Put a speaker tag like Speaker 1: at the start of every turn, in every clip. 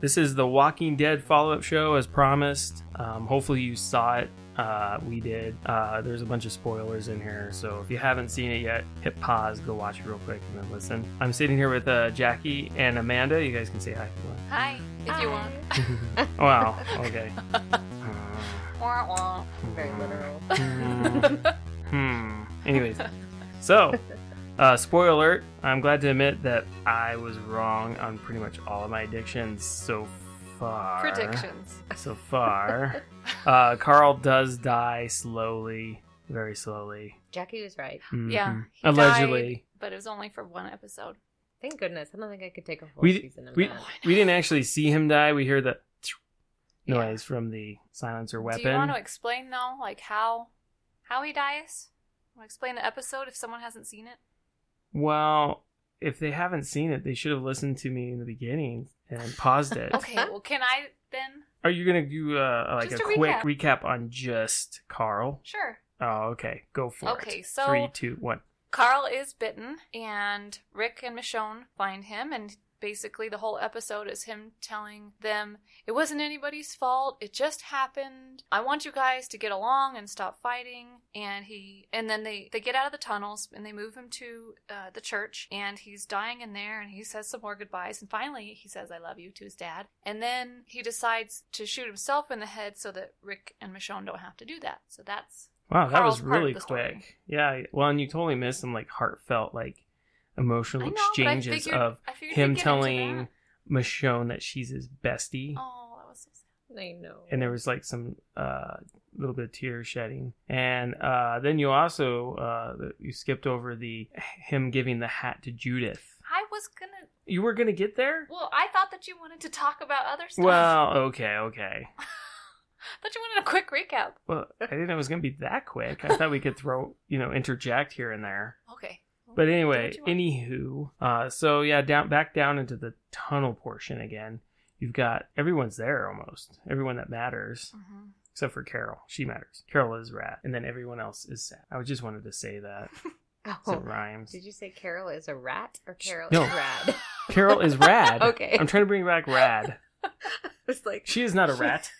Speaker 1: This is the Walking Dead follow up show, as promised. Um, hopefully, you saw it. Uh, we did. Uh, there's a bunch of spoilers in here, so if you haven't seen it yet, hit pause, go watch it real quick, and then listen. I'm sitting here with uh, Jackie and Amanda. You guys can say hi if you want.
Speaker 2: Hi, if you want.
Speaker 1: Wow, okay.
Speaker 2: Wah, wah.
Speaker 3: Very literal.
Speaker 1: Hmm. hmm. Anyways, so uh, spoiler alert. I'm glad to admit that I was wrong on pretty much all of my addictions so far.
Speaker 2: Predictions.
Speaker 1: So far, uh, Carl does die slowly, very slowly.
Speaker 3: Jackie was right.
Speaker 2: Yeah.
Speaker 1: Mhm.
Speaker 2: he
Speaker 1: Allegedly,
Speaker 2: died, but it was only for one episode.
Speaker 3: Thank goodness. I don't think I could take a whole
Speaker 1: We-
Speaker 3: season of
Speaker 2: Oh,
Speaker 1: we
Speaker 3: that.
Speaker 1: we didn't actually see him die. We hear the
Speaker 2: Yeah.
Speaker 1: noise from the silencer weapon.
Speaker 2: Do you want to explain though, like how how he dies? Want to explain the episode if someone hasn't seen it?
Speaker 1: Well, if they haven't seen it, they should have listened to me in the beginning and paused it.
Speaker 2: Okay. Well, can I then?
Speaker 1: Are you gonna do uh, like
Speaker 2: Just
Speaker 1: a,
Speaker 2: a
Speaker 1: quick recap. on just Carl?
Speaker 2: Sure.
Speaker 1: Oh, okay. Go for it.
Speaker 2: Okay, so-
Speaker 1: three, two, one.
Speaker 2: Carl is bitten, and Rick and Michonne find him, and basically the whole episode is him telling them it wasn't anybody's fault, it just happened. I want you guys to get along and stop fighting. And he, and then they they get out of the tunnels and they move him to uh, the church, and he's dying in there, and he says some more goodbyes, and finally he says I love you to his dad, and then he decides to shoot himself in the head so that Rick and Michonne don't have to do that. So that's
Speaker 1: Wow, that
Speaker 2: Carl's
Speaker 1: was
Speaker 2: part of
Speaker 1: really
Speaker 2: the story.
Speaker 1: quick. Yeah. I- Well, and you totally missed some like heartfelt, like emotional
Speaker 2: I know, but I
Speaker 1: exchanges
Speaker 2: figured-
Speaker 1: of
Speaker 2: I figured we'd
Speaker 1: him
Speaker 2: get into
Speaker 1: telling
Speaker 2: that.
Speaker 1: Michonne that she's his bestie,
Speaker 2: Oh, that was so sad.
Speaker 3: I know.
Speaker 1: and there was like some uh little bit of tear shedding, and uh then you also uh you skipped over the him giving the hat to Judith.
Speaker 2: I was gonna.
Speaker 1: You were gonna get there.
Speaker 2: Well, I thought that you wanted to talk about other stuff.
Speaker 1: Well, okay, okay.
Speaker 2: I thought you wanted a quick recap.
Speaker 1: Well, I didn't know it was going to be that quick. I thought we could throw, you know, interject here and there.
Speaker 2: Okay.
Speaker 1: But
Speaker 2: Do what
Speaker 1: anyway,
Speaker 2: you want.
Speaker 1: anywho, uh, so yeah, down back down into the tunnel portion again. You've got everyone's there almost. Everyone that matters,
Speaker 2: Mhm.
Speaker 1: except for Carol. She matters. Carol is rat, and then everyone else is sad. I just wanted to say that. So it
Speaker 3: Oh,
Speaker 1: rhymes.
Speaker 3: did you say Carol is a rat or Carol
Speaker 1: No.
Speaker 3: is rad?
Speaker 1: Carol is rad.
Speaker 3: Okay.
Speaker 1: I'm trying to bring back rad.
Speaker 3: I was like,
Speaker 1: She is not a rat.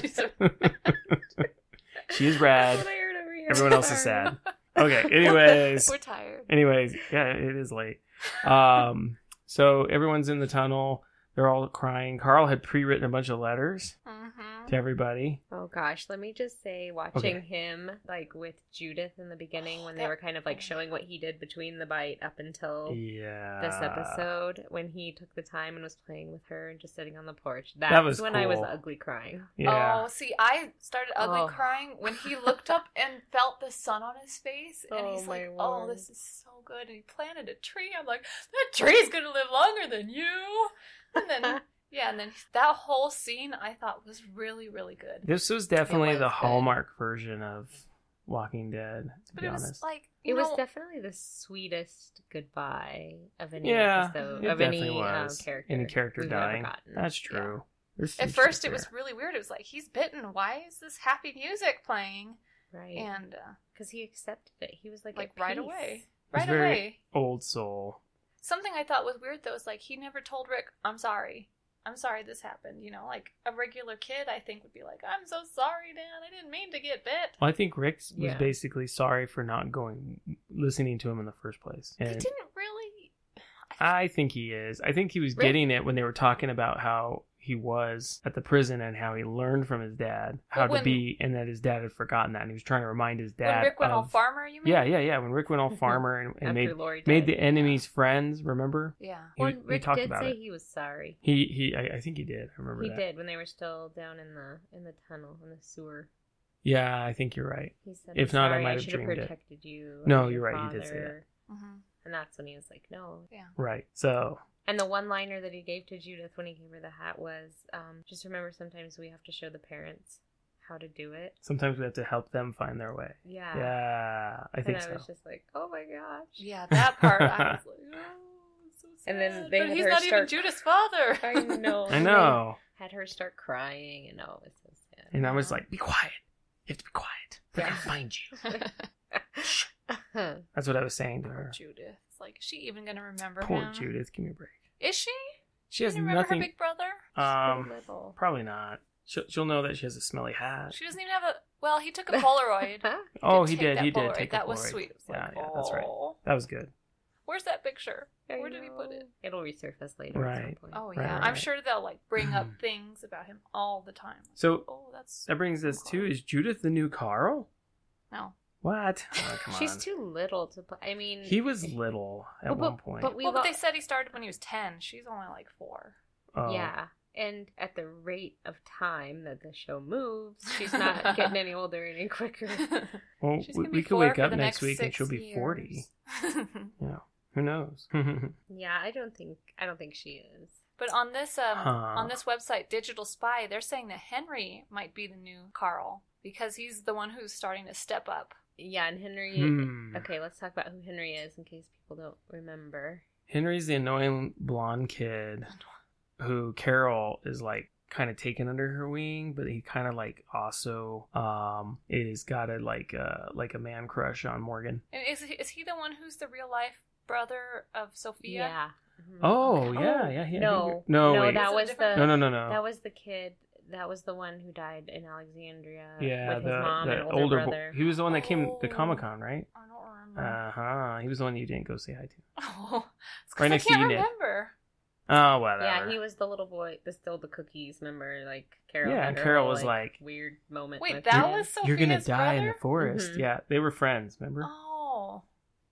Speaker 3: she's a
Speaker 1: she is
Speaker 3: That's
Speaker 1: rad.
Speaker 3: what I heard over here.
Speaker 1: Everyone else is
Speaker 3: Sorry.
Speaker 1: sad. Okay. Anyways.
Speaker 2: We're tired.
Speaker 1: Anyways, yeah, it is late. Um, so everyone's in the tunnel. They're all crying. Carl had pre-written a bunch of letters
Speaker 2: Mm-hmm.
Speaker 1: to everybody.
Speaker 3: Oh gosh, let me just say, watching him like with Judith in the beginning when they
Speaker 2: That-
Speaker 3: were kind of like showing what he did between the bite up until
Speaker 1: Yeah.
Speaker 3: this episode when he took the time and was playing with her and just sitting on the porch. That's
Speaker 1: was
Speaker 3: when I was
Speaker 1: cool.
Speaker 3: ugly crying.
Speaker 1: Yeah.
Speaker 2: Oh, see, I started ugly
Speaker 3: Oh.
Speaker 2: crying when he looked up and felt the sun on his face, and
Speaker 3: Oh,
Speaker 2: he's
Speaker 3: my
Speaker 2: like, "Oh,
Speaker 3: Lord.
Speaker 2: this is so good." And he planted a tree. I'm like, "That tree's gonna live longer than you." And then, yeah, and then that whole scene I thought was really, really good.
Speaker 1: This was definitely
Speaker 3: was
Speaker 1: the
Speaker 3: good.
Speaker 1: hallmark version of Walking Dead. To
Speaker 2: But
Speaker 1: be
Speaker 2: it was
Speaker 1: honest.
Speaker 2: like
Speaker 3: It
Speaker 2: you
Speaker 3: was
Speaker 2: know-
Speaker 3: definitely the sweetest goodbye of any
Speaker 1: Yeah,
Speaker 3: episode
Speaker 1: it
Speaker 3: of any
Speaker 1: definitely
Speaker 3: uh,
Speaker 1: was.
Speaker 3: character.
Speaker 1: Any character
Speaker 3: we've
Speaker 1: dying.
Speaker 3: Ever gotten.
Speaker 1: That's true. There's some
Speaker 2: At
Speaker 1: shit
Speaker 2: first, it was
Speaker 1: there.
Speaker 2: really weird. It was like, he's bitten. Why is this happy music playing?
Speaker 3: Yeah, right.
Speaker 2: And uh,
Speaker 3: because he accepted it. He was like,
Speaker 2: like
Speaker 3: at
Speaker 2: right
Speaker 3: peace.
Speaker 2: away, right
Speaker 1: very-
Speaker 2: away.
Speaker 1: old soul.
Speaker 2: Something I thought was weird though is like he never told Rick, "I'm sorry, I'm sorry this happened." You know, like a regular kid, I think would be like, "I'm so sorry, Dan. I didn't mean to get bit."
Speaker 1: Well, I think Rick was
Speaker 3: Yeah.
Speaker 1: basically sorry for not going listening to him in the first place.
Speaker 2: he
Speaker 1: And
Speaker 2: didn't really.
Speaker 1: I think he is. I think he was
Speaker 3: Really?
Speaker 1: getting it when they were talking about how he was at the prison and how he learned from his dad how
Speaker 2: Well,
Speaker 1: to
Speaker 2: when-
Speaker 1: be, and that his dad had forgotten that, and he was trying to remind his dad.
Speaker 2: When Rick went
Speaker 1: of,
Speaker 2: all farmer, you mean?
Speaker 1: Yeah, yeah, yeah. When Rick went all farmer and, and
Speaker 3: After
Speaker 1: made
Speaker 3: Lori
Speaker 1: made the
Speaker 3: died.
Speaker 1: enemies friends. Remember?
Speaker 2: Yeah.
Speaker 1: He,
Speaker 3: Well,
Speaker 1: he
Speaker 3: Rick
Speaker 1: talked
Speaker 3: did
Speaker 1: about
Speaker 3: say
Speaker 1: it.
Speaker 3: he was sorry.
Speaker 1: He he. I, I think he did. I remember
Speaker 3: He
Speaker 1: that.
Speaker 3: did when they were still down in the in the tunnel in the sewer.
Speaker 1: Yeah, I think you're right.
Speaker 3: He said,
Speaker 1: If
Speaker 3: "I'm
Speaker 1: not, I
Speaker 3: sorry,
Speaker 1: might have
Speaker 3: should have
Speaker 1: dreamed it."
Speaker 3: protected you.
Speaker 1: No,
Speaker 3: and
Speaker 1: you're
Speaker 3: your
Speaker 1: right, he did say
Speaker 3: father."
Speaker 2: Mm-hmm.
Speaker 3: And that's when he was like, "No."
Speaker 1: Right. So
Speaker 3: And the one liner that he gave to Judith when he gave her the hat was, um, "Just remember, sometimes we have to show the parents how to do it."
Speaker 1: sometimes we have to help them find their way.
Speaker 3: Yeah.
Speaker 1: Yeah, I
Speaker 3: and
Speaker 1: think
Speaker 3: I
Speaker 1: so.
Speaker 3: was just like, "Oh my gosh."
Speaker 2: Yeah, that part I was like, oh, so sad.
Speaker 3: And then they
Speaker 2: but
Speaker 3: had
Speaker 2: he's
Speaker 3: her
Speaker 2: not even
Speaker 3: start-
Speaker 2: Judith's father.
Speaker 3: I know.
Speaker 1: I know.
Speaker 3: Had her start crying, and oh, it was so sad.
Speaker 1: And I was like, "Be quiet. You have to be quiet. We're
Speaker 3: Yeah.
Speaker 1: gonna find you."
Speaker 3: Huh.
Speaker 1: That's what I was saying to
Speaker 2: Poor
Speaker 1: her.
Speaker 2: Judith. It's like, is she even gonna remember
Speaker 1: Poor
Speaker 2: him?
Speaker 1: Judith. Give me a break.
Speaker 2: Is she?
Speaker 1: She has
Speaker 2: Do you remember
Speaker 1: nothing.
Speaker 2: her big brother?
Speaker 1: um,
Speaker 3: so little.
Speaker 1: probably not. She'll, she'll know that she has a smelly hat.
Speaker 2: She doesn't even have a. Well, he took a Polaroid.
Speaker 1: oh,
Speaker 2: to
Speaker 1: he
Speaker 2: take
Speaker 1: did.
Speaker 2: that
Speaker 1: He did
Speaker 2: Polaroid.
Speaker 1: take
Speaker 2: that
Speaker 1: a
Speaker 2: was
Speaker 1: Polaroid.
Speaker 2: sweet. It's
Speaker 1: Yeah,
Speaker 2: like, oh.
Speaker 1: yeah, that's right.
Speaker 2: "Aw."
Speaker 1: That was good.
Speaker 2: Where's that picture?
Speaker 3: I
Speaker 2: Where did he put
Speaker 3: know.
Speaker 2: it?
Speaker 3: It'll resurface later. At some
Speaker 1: Right.
Speaker 3: point.
Speaker 2: Oh
Speaker 1: Right,
Speaker 2: yeah,
Speaker 1: right,
Speaker 2: I'm
Speaker 1: right.
Speaker 2: sure they'll like bring up things about him all the time.
Speaker 1: So
Speaker 2: Oh, that's
Speaker 1: that brings us to is Judith the new Carl?
Speaker 2: no.
Speaker 1: What? Oh, come
Speaker 3: She's
Speaker 1: on.
Speaker 3: too little to play. I mean,
Speaker 1: He was little at
Speaker 3: Well,
Speaker 1: one point.
Speaker 3: But we
Speaker 2: well, but
Speaker 3: lo-
Speaker 2: they said he started when he was ten. She's only like four.
Speaker 1: Oh,
Speaker 3: yeah. And at the rate of time that the show moves, she's not getting any older any quicker.
Speaker 1: Well,
Speaker 2: She's
Speaker 1: we,
Speaker 2: gonna
Speaker 1: we
Speaker 2: be
Speaker 1: could
Speaker 2: four
Speaker 1: wake
Speaker 2: for
Speaker 1: up
Speaker 2: the
Speaker 1: next
Speaker 2: next
Speaker 1: week and she'll
Speaker 2: six
Speaker 1: be forty.
Speaker 2: years. Um,
Speaker 1: Who knows?
Speaker 3: Yeah, I don't think I don't think she is.
Speaker 2: but on this um,
Speaker 1: Huh.
Speaker 2: on this website, Digital Spy, they're saying that Henry might be the new Carl because he's the one who's starting to step up.
Speaker 3: Yeah, and Henry.
Speaker 1: Hmm.
Speaker 3: Okay, let's talk about who Henry is in case people don't remember.
Speaker 1: Henry's the annoying blonde kid who Carol is like kind of taken under her wing, but he kind of like also um is got a like uh like a man crush on Morgan.
Speaker 2: And is he- is he the one who's the real life brother of Sophia? Mm-hmm.
Speaker 3: Mhm.
Speaker 1: Oh
Speaker 2: Okay.
Speaker 1: yeah, yeah, yeah.
Speaker 3: No,
Speaker 1: no,
Speaker 3: no,
Speaker 1: wait.
Speaker 3: that was the
Speaker 1: no, no, no, no.
Speaker 3: that was the kid. That was the one who died in Alexandria.
Speaker 1: yeah,
Speaker 3: with
Speaker 1: the,
Speaker 3: his mom
Speaker 1: the
Speaker 3: and older,
Speaker 1: older bo-
Speaker 3: brother.
Speaker 1: he was the one that came to
Speaker 2: Oh.
Speaker 1: Comic Con, right?
Speaker 2: I don't remember.
Speaker 1: Uh huh. He was the one you didn't go say hi to.
Speaker 2: oh, it's 'cause
Speaker 1: right
Speaker 2: I
Speaker 1: next to
Speaker 2: can't
Speaker 1: you, Nick.
Speaker 2: remember.
Speaker 1: Oh, whatever.
Speaker 3: Yeah, he was the little boy that stole the cookies. Remember, like Carol.
Speaker 1: Yeah,
Speaker 3: had her
Speaker 1: Carol
Speaker 3: whole,
Speaker 1: was like,
Speaker 3: weird moment.
Speaker 2: Wait,
Speaker 3: with
Speaker 2: that
Speaker 3: him.
Speaker 2: was Sophia's
Speaker 1: You're gonna die in the
Speaker 2: brother?
Speaker 1: forest.
Speaker 3: Mhm.
Speaker 1: Yeah, they were friends. Remember,
Speaker 2: Oh,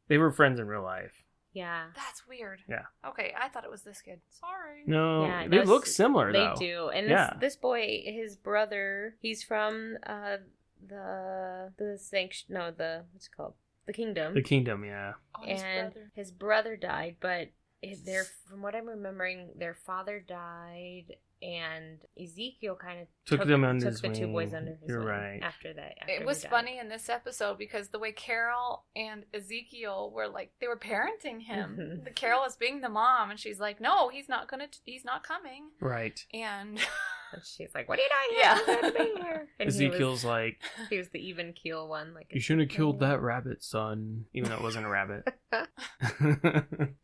Speaker 1: they were friends in real life.
Speaker 3: yeah.
Speaker 2: that's weird.
Speaker 1: Yeah.
Speaker 2: Okay, I thought it was this kid. Sorry.
Speaker 1: No,
Speaker 3: Yeah,
Speaker 1: they
Speaker 3: those-
Speaker 1: look similar
Speaker 3: They
Speaker 1: though.
Speaker 3: do, and
Speaker 1: Yeah.
Speaker 3: this this boy, his brother, he's from uh the the sanction. No, the what's it called? The kingdom.
Speaker 1: The kingdom, yeah.
Speaker 2: Oh, his
Speaker 3: and
Speaker 2: brother.
Speaker 3: his brother died, but his- their from what I'm remembering, their father died, and Ezekiel kind of
Speaker 1: Took them under his
Speaker 3: the two
Speaker 1: wing.
Speaker 3: boys under his
Speaker 1: You're
Speaker 3: wing
Speaker 1: right.
Speaker 3: After that, after he
Speaker 2: It was
Speaker 3: died.
Speaker 2: funny in this episode because the way Carol and Ezekiel were like they were parenting him.
Speaker 1: Mm-hmm.
Speaker 3: Mhm.
Speaker 2: The Carol was being the mom, and she's like, "No, he's not gonna. He's not coming."
Speaker 1: Right.
Speaker 2: And
Speaker 3: And she's like, "What are you doing
Speaker 2: Yeah.
Speaker 3: here? You're not to be here." And he was-
Speaker 1: Ezekiel's like,
Speaker 3: He was, the even keel one. Like
Speaker 1: You shouldn't have killed that rabbit, son. Even though it wasn't a rabbit.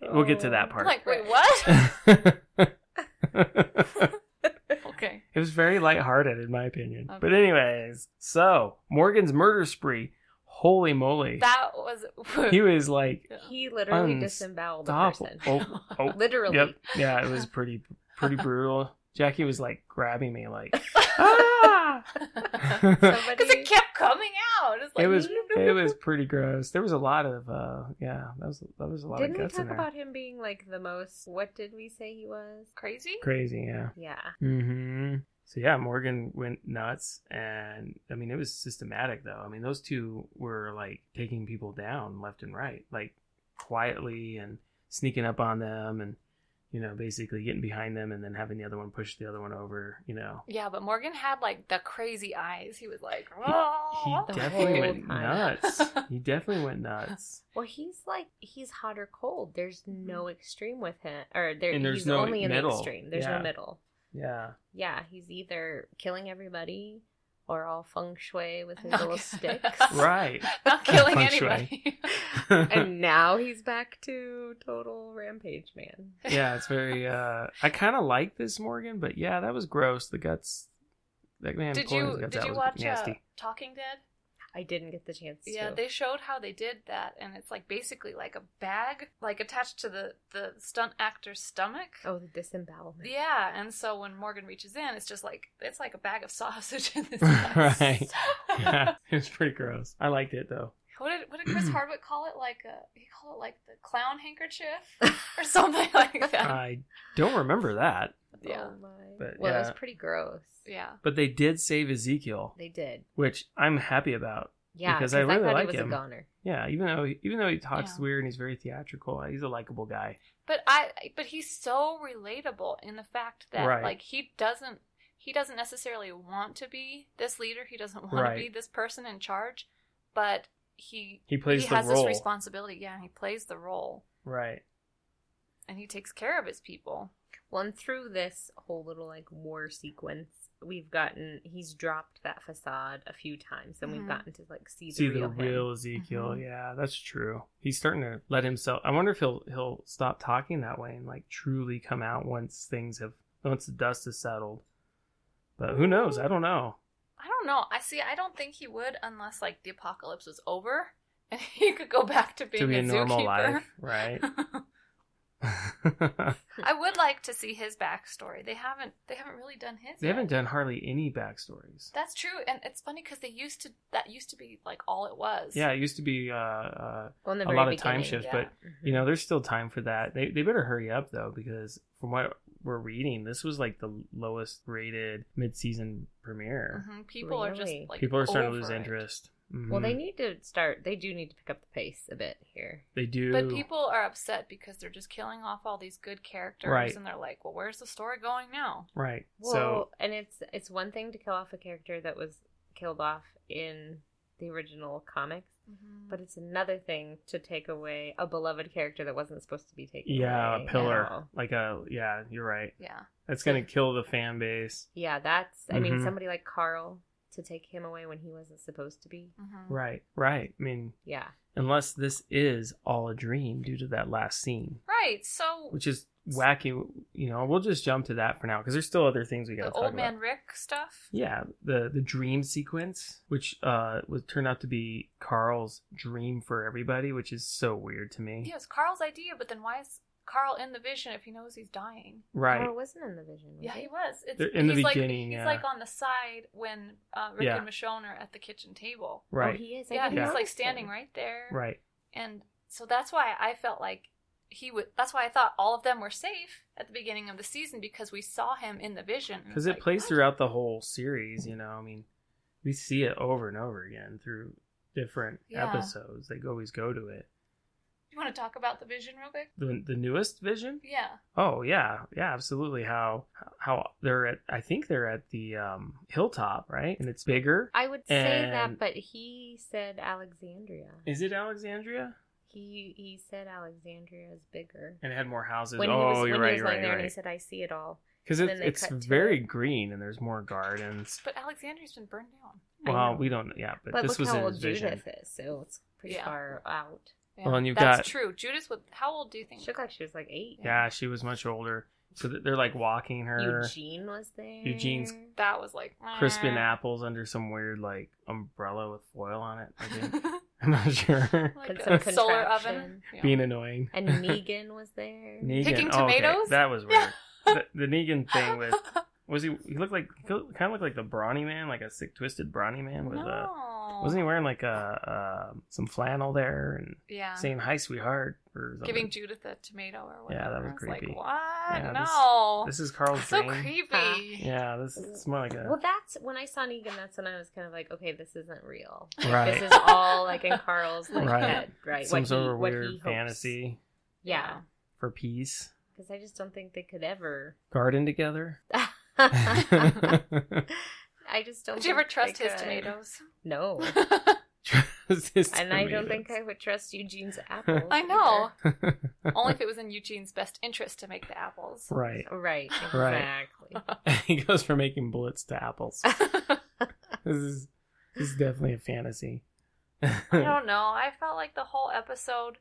Speaker 1: we'll get to that
Speaker 2: I'm
Speaker 1: part.
Speaker 2: like, wait, what?
Speaker 1: it
Speaker 2: okay.
Speaker 1: was very lighthearted, in my opinion. But,
Speaker 2: Okay.
Speaker 1: anyways, so Morgan's murder spree. Holy moly.
Speaker 2: That was.
Speaker 1: he was like,
Speaker 3: He literally
Speaker 1: Unstoppable.
Speaker 3: disemboweled the
Speaker 1: stop.
Speaker 3: person.
Speaker 1: Oh, oh,
Speaker 3: Literally.
Speaker 1: Yep. Yeah, it was pretty pretty brutal. Jackie was like grabbing me like ah!
Speaker 2: Because it kept coming out. It's like
Speaker 1: It was it was pretty gross. There was a lot of uh yeah, that was that was a lot
Speaker 3: Didn't
Speaker 1: of
Speaker 3: we
Speaker 1: guts
Speaker 3: talk
Speaker 1: in there.
Speaker 3: about him being like the most? What did we say he was?
Speaker 2: crazy.
Speaker 1: Crazy, yeah.
Speaker 3: Yeah.
Speaker 1: Mhm. So yeah, Morgan went nuts and I mean it was systematic though. I mean those two were like taking people down left and right, like quietly and sneaking up on them and you know, basically getting behind them and then having the other one push the other one over, you know.
Speaker 2: Yeah, but Morgan had like the crazy eyes. He was like,
Speaker 1: He
Speaker 2: "Oh."
Speaker 3: The
Speaker 1: definitely
Speaker 3: whole
Speaker 1: went
Speaker 3: time.
Speaker 1: nuts. He definitely went nuts.
Speaker 3: Well, he's like he's hot or cold. There's no extreme with him, or there,
Speaker 1: Mm-hmm. And there's
Speaker 3: he's
Speaker 1: no
Speaker 3: only in
Speaker 1: middle.
Speaker 3: the extreme. There's
Speaker 1: Yeah.
Speaker 3: no middle.
Speaker 1: Yeah.
Speaker 3: Yeah, he's either killing everybody or all feng shui with his
Speaker 2: Not
Speaker 3: little
Speaker 2: ki-
Speaker 3: sticks.
Speaker 1: Right.
Speaker 2: Not killing
Speaker 1: Feng shui.
Speaker 2: anybody.
Speaker 3: and now he's back to total rampage man.
Speaker 1: yeah, it's very uh I kinda like this Morgan, but yeah, that was gross. The guts that man
Speaker 2: did
Speaker 1: pulling his
Speaker 2: you
Speaker 1: guts
Speaker 2: did
Speaker 1: out
Speaker 2: you
Speaker 1: was
Speaker 2: watch uh,
Speaker 1: nasty.
Speaker 2: Talking Dead?
Speaker 3: I didn't get the chance.
Speaker 2: Yeah,
Speaker 3: to.
Speaker 2: they showed how they did that, and it's like basically like a bag, like attached to the the stunt actor's stomach.
Speaker 3: Oh, the disembowelment.
Speaker 2: Yeah, and so when Morgan reaches in, it's just like it's like a bag of sausage in this.
Speaker 1: Right. yeah, it was pretty gross. I liked it though.
Speaker 2: what did what did Chris Hardwick call it? Like a he called it like the clown handkerchief or something like that.
Speaker 1: I don't remember that,
Speaker 2: yeah,
Speaker 3: Oh my.
Speaker 1: But,
Speaker 3: well, it
Speaker 1: yeah.
Speaker 3: was pretty gross.
Speaker 2: yeah.
Speaker 1: but they did save Ezekiel,
Speaker 3: They did.
Speaker 1: which I'm happy about.
Speaker 3: Yeah,
Speaker 1: Because I really
Speaker 3: thought
Speaker 1: like
Speaker 3: he was
Speaker 1: him.
Speaker 3: a goner.
Speaker 1: Yeah, even though even though he talks
Speaker 2: Yeah.
Speaker 1: weird and he's very theatrical, he's a likable guy.
Speaker 2: But I but he's so relatable in the fact that
Speaker 1: Right.
Speaker 2: like he doesn't he doesn't necessarily want to be this leader. He doesn't want
Speaker 1: Right.
Speaker 2: to be this person in charge, but he
Speaker 1: He plays
Speaker 2: he
Speaker 1: the
Speaker 2: has
Speaker 1: role,
Speaker 2: this responsibility. Yeah, he plays the role
Speaker 1: right?
Speaker 2: and he takes care of his people.
Speaker 3: Well, and through this whole little like war sequence, we've gotten he's dropped that facade a few times, and
Speaker 2: Mhm.
Speaker 3: we've gotten to like see the
Speaker 1: see
Speaker 3: real,
Speaker 1: the
Speaker 3: him.
Speaker 1: real Ezekiel.
Speaker 2: Mhm.
Speaker 1: Yeah, that's true. He's starting to let himself. I wonder if he'll he'll stop talking that way and like truly come out once things have once the dust has settled. But who knows? I don't know.
Speaker 2: I don't know. I see. I don't think he would unless like the apocalypse was over and he could go back to being
Speaker 1: to be
Speaker 2: a,
Speaker 1: a normal
Speaker 2: zookeeper.
Speaker 1: life, right?
Speaker 2: I would like to see his backstory. They haven't. They haven't really done his.
Speaker 1: they
Speaker 2: yet.
Speaker 1: haven't done hardly any backstories.
Speaker 2: That's true, and it's funny because they used to. That used to be like all it was.
Speaker 1: Yeah, it used to be uh, uh,
Speaker 3: Well, in the
Speaker 1: a
Speaker 3: very
Speaker 1: lot of time
Speaker 3: beginning, Mm-hmm.
Speaker 1: shifts,
Speaker 2: yeah.
Speaker 1: but you know there's still time for that they, they better hurry up though because from what we're reading this was like the lowest rated mid-season premiere
Speaker 2: hmm People are just
Speaker 3: Really?
Speaker 2: like
Speaker 1: people are starting to lose
Speaker 2: over it.
Speaker 1: interest
Speaker 3: Well, they
Speaker 1: Mhm.
Speaker 3: need to start. They do need to pick up the pace a bit here.
Speaker 1: they do
Speaker 2: But people are upset because they're just killing off all these good characters,
Speaker 1: Right.
Speaker 2: and they're like, "Well, where's the story going now?"
Speaker 1: right
Speaker 3: Well,
Speaker 1: so
Speaker 3: and it's it's one thing to kill off a character that was killed off in the original comics, but it's another thing to take away a beloved character that wasn't supposed to be taken.
Speaker 1: yeah
Speaker 3: away
Speaker 1: a
Speaker 3: at
Speaker 1: pillar
Speaker 3: all.
Speaker 1: like a yeah you're right
Speaker 2: yeah,
Speaker 1: that's gonna kill the fan base
Speaker 3: Yeah, that's. I mean,
Speaker 1: Mhm.
Speaker 3: somebody like Carl to take him away when he wasn't supposed to be.
Speaker 2: hmm
Speaker 1: right right i mean
Speaker 3: Yeah,
Speaker 1: unless this is all a dream due to that last scene
Speaker 2: right. So
Speaker 1: which is wacky you know we'll just jump to that for now because there's still other things we gotta
Speaker 2: the
Speaker 1: talk
Speaker 2: old
Speaker 1: about
Speaker 2: man Rick stuff.
Speaker 1: Yeah, the the dream sequence, which uh was turned out to be Carl's dream for everybody, which is so weird to me.
Speaker 2: Yeah, it's Carl's idea, but then why is Carl in the vision if he knows he's dying?
Speaker 1: Right.
Speaker 3: Carl wasn't in the vision. Was
Speaker 2: Yeah,
Speaker 3: he?
Speaker 2: he was. It's,
Speaker 1: They're in the
Speaker 2: he's like,
Speaker 1: beginning,
Speaker 2: He's
Speaker 1: yeah.
Speaker 2: like on the side when uh, Rick
Speaker 1: Yeah.
Speaker 2: and Michonne are at the kitchen table.
Speaker 1: right.
Speaker 3: Oh, he is. I
Speaker 2: Yeah,
Speaker 3: didn't
Speaker 2: he's like
Speaker 3: notice
Speaker 2: standing
Speaker 3: him.
Speaker 2: right there.
Speaker 1: right.
Speaker 2: And so that's why I felt like he would. That's why I thought all of them were safe at the beginning of the season because we saw him in the vision. And
Speaker 1: Cuz
Speaker 2: it's
Speaker 1: it
Speaker 2: like,
Speaker 1: plays
Speaker 2: what?
Speaker 1: throughout the whole series, you know. I mean, we see it over and over again through different
Speaker 2: Yeah.
Speaker 1: episodes. They always go to it.
Speaker 2: You want to talk about the vision real quick?
Speaker 1: The the newest vision?
Speaker 2: Yeah.
Speaker 1: Oh, yeah. Yeah, absolutely how how they're at I think they're at the um hilltop, right? And it's bigger.
Speaker 3: I would say
Speaker 1: And-
Speaker 3: that, but he said Alexandria.
Speaker 1: Is it Alexandria?
Speaker 3: He he said Alexandria is bigger.
Speaker 1: And it had more houses.
Speaker 3: When
Speaker 1: oh,
Speaker 3: he was,
Speaker 1: you're
Speaker 3: when
Speaker 1: right,
Speaker 3: he was
Speaker 1: you're
Speaker 3: lying
Speaker 1: right,
Speaker 3: there
Speaker 1: you're
Speaker 3: and he
Speaker 1: right.
Speaker 3: said, "I see it all."
Speaker 1: Because
Speaker 3: And
Speaker 1: it's,
Speaker 3: then they
Speaker 1: it's
Speaker 3: cut to
Speaker 1: very
Speaker 3: it.
Speaker 1: green and there's more gardens.
Speaker 2: But Alexandria's been burned down.
Speaker 3: I
Speaker 1: Well,
Speaker 3: know.
Speaker 1: we don't, yeah, but,
Speaker 3: But
Speaker 1: this
Speaker 3: look
Speaker 1: was
Speaker 3: how
Speaker 1: in
Speaker 3: old
Speaker 1: his vision.
Speaker 3: Judith is, so it's pretty
Speaker 2: Yeah.
Speaker 3: far out.
Speaker 1: Well, and you've
Speaker 2: That's
Speaker 1: got-
Speaker 2: true. Judith, was, how old do you think?
Speaker 3: She looked like she was like eight.
Speaker 1: Yeah, she was much older. So th- they're like walking her,
Speaker 3: Eugene was there.
Speaker 1: Eugene's-
Speaker 2: That was like uh,
Speaker 1: crisping
Speaker 2: meh.
Speaker 1: apples under some weird like umbrella with foil on it. I think. I'm not sure.
Speaker 2: like
Speaker 3: Con-
Speaker 2: a
Speaker 3: some
Speaker 2: solar
Speaker 3: contraption.
Speaker 2: oven. Yeah.
Speaker 1: Being annoying.
Speaker 3: and Negan was there.
Speaker 1: Negan.
Speaker 2: Picking
Speaker 1: oh, okay,
Speaker 2: tomatoes?
Speaker 1: That was weird.
Speaker 2: Yeah.
Speaker 1: the, the Negan thing with was he? He looked like kind of looked like the brawny man, like a sick, twisted brawny man with uh
Speaker 2: no.
Speaker 1: Wasn't he wearing like a uh, some flannel there and
Speaker 2: Yeah.
Speaker 1: saying "Hi, sweetheart" or something?
Speaker 2: Giving Judith a tomato or whatever.
Speaker 1: Yeah, that was
Speaker 2: I like,
Speaker 1: creepy.
Speaker 2: what?
Speaker 1: Yeah, this-
Speaker 2: no.
Speaker 1: This is Carl's
Speaker 2: so
Speaker 1: dream.
Speaker 2: creepy.
Speaker 3: Huh?
Speaker 1: Yeah, this is more like a
Speaker 3: Well, that's when I saw Negan. That's when I was kind of like, okay, this isn't real.
Speaker 1: right,
Speaker 3: This is all like in Carl's like
Speaker 1: Right.
Speaker 3: head, right?
Speaker 1: some
Speaker 3: What
Speaker 1: sort
Speaker 3: he-
Speaker 1: of
Speaker 3: what he
Speaker 1: weird
Speaker 3: hopes.
Speaker 1: fantasy
Speaker 3: Yeah,
Speaker 1: for peace.
Speaker 3: because I just don't think they could ever.
Speaker 1: Garden together.
Speaker 3: I just don't.
Speaker 2: Would you ever
Speaker 3: think
Speaker 2: trust
Speaker 3: they
Speaker 2: his
Speaker 3: could.
Speaker 2: tomatoes?
Speaker 3: No, and I don't think I would trust Eugene's apple.
Speaker 2: I know.
Speaker 1: I.
Speaker 2: Only if it was in Eugene's best interest to make the apples.
Speaker 1: right.
Speaker 3: Right.
Speaker 1: Right. Uh,
Speaker 3: Exactly.
Speaker 1: he goes from making bullets to apples. this is this is definitely a fantasy.
Speaker 2: I don't know. I felt like the whole episode,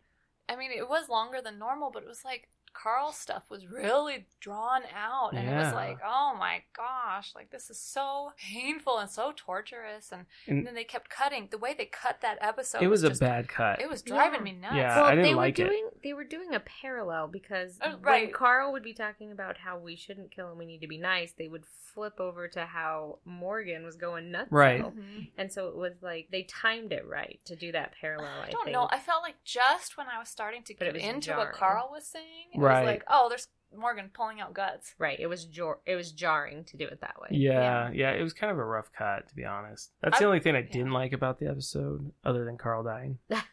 Speaker 2: I mean, it was longer than normal, but it was like Carl's stuff was really drawn out. And it was
Speaker 1: Yeah.
Speaker 2: like, oh my gosh, like this is so painful and so torturous. And,
Speaker 1: And-
Speaker 2: and then they kept cutting. The way they cut that episode.
Speaker 1: it was a
Speaker 2: just-
Speaker 1: bad cut.
Speaker 2: It was driving
Speaker 3: Yeah.
Speaker 2: me nuts.
Speaker 1: Yeah,
Speaker 3: well,
Speaker 1: I didn't
Speaker 3: they
Speaker 1: like it.
Speaker 3: were doing they were doing a parallel because
Speaker 2: Oh,
Speaker 3: when
Speaker 2: right.
Speaker 3: Carl would be talking about how we shouldn't kill and we need to be nice, they would flip over to how Morgan was going nuts.
Speaker 1: Right.
Speaker 2: Mhm.
Speaker 3: And so it was like they timed it right to do that parallel. I,
Speaker 2: I don't
Speaker 3: think.
Speaker 2: know. I felt like just when I was starting to
Speaker 3: But it
Speaker 2: get
Speaker 3: was
Speaker 2: into what
Speaker 3: jarring.
Speaker 2: Carl was saying, it
Speaker 1: Right.
Speaker 2: was like, oh, there's Morgan pulling out guts.
Speaker 3: right. It was jar- it was jarring to do it that way.
Speaker 1: Yeah, yeah, it was kind of a rough cut, to be honest. That's the
Speaker 2: I-
Speaker 1: only thing I
Speaker 2: yeah.
Speaker 1: didn't like about the episode, other than Carl dying,
Speaker 2: I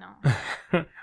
Speaker 2: know.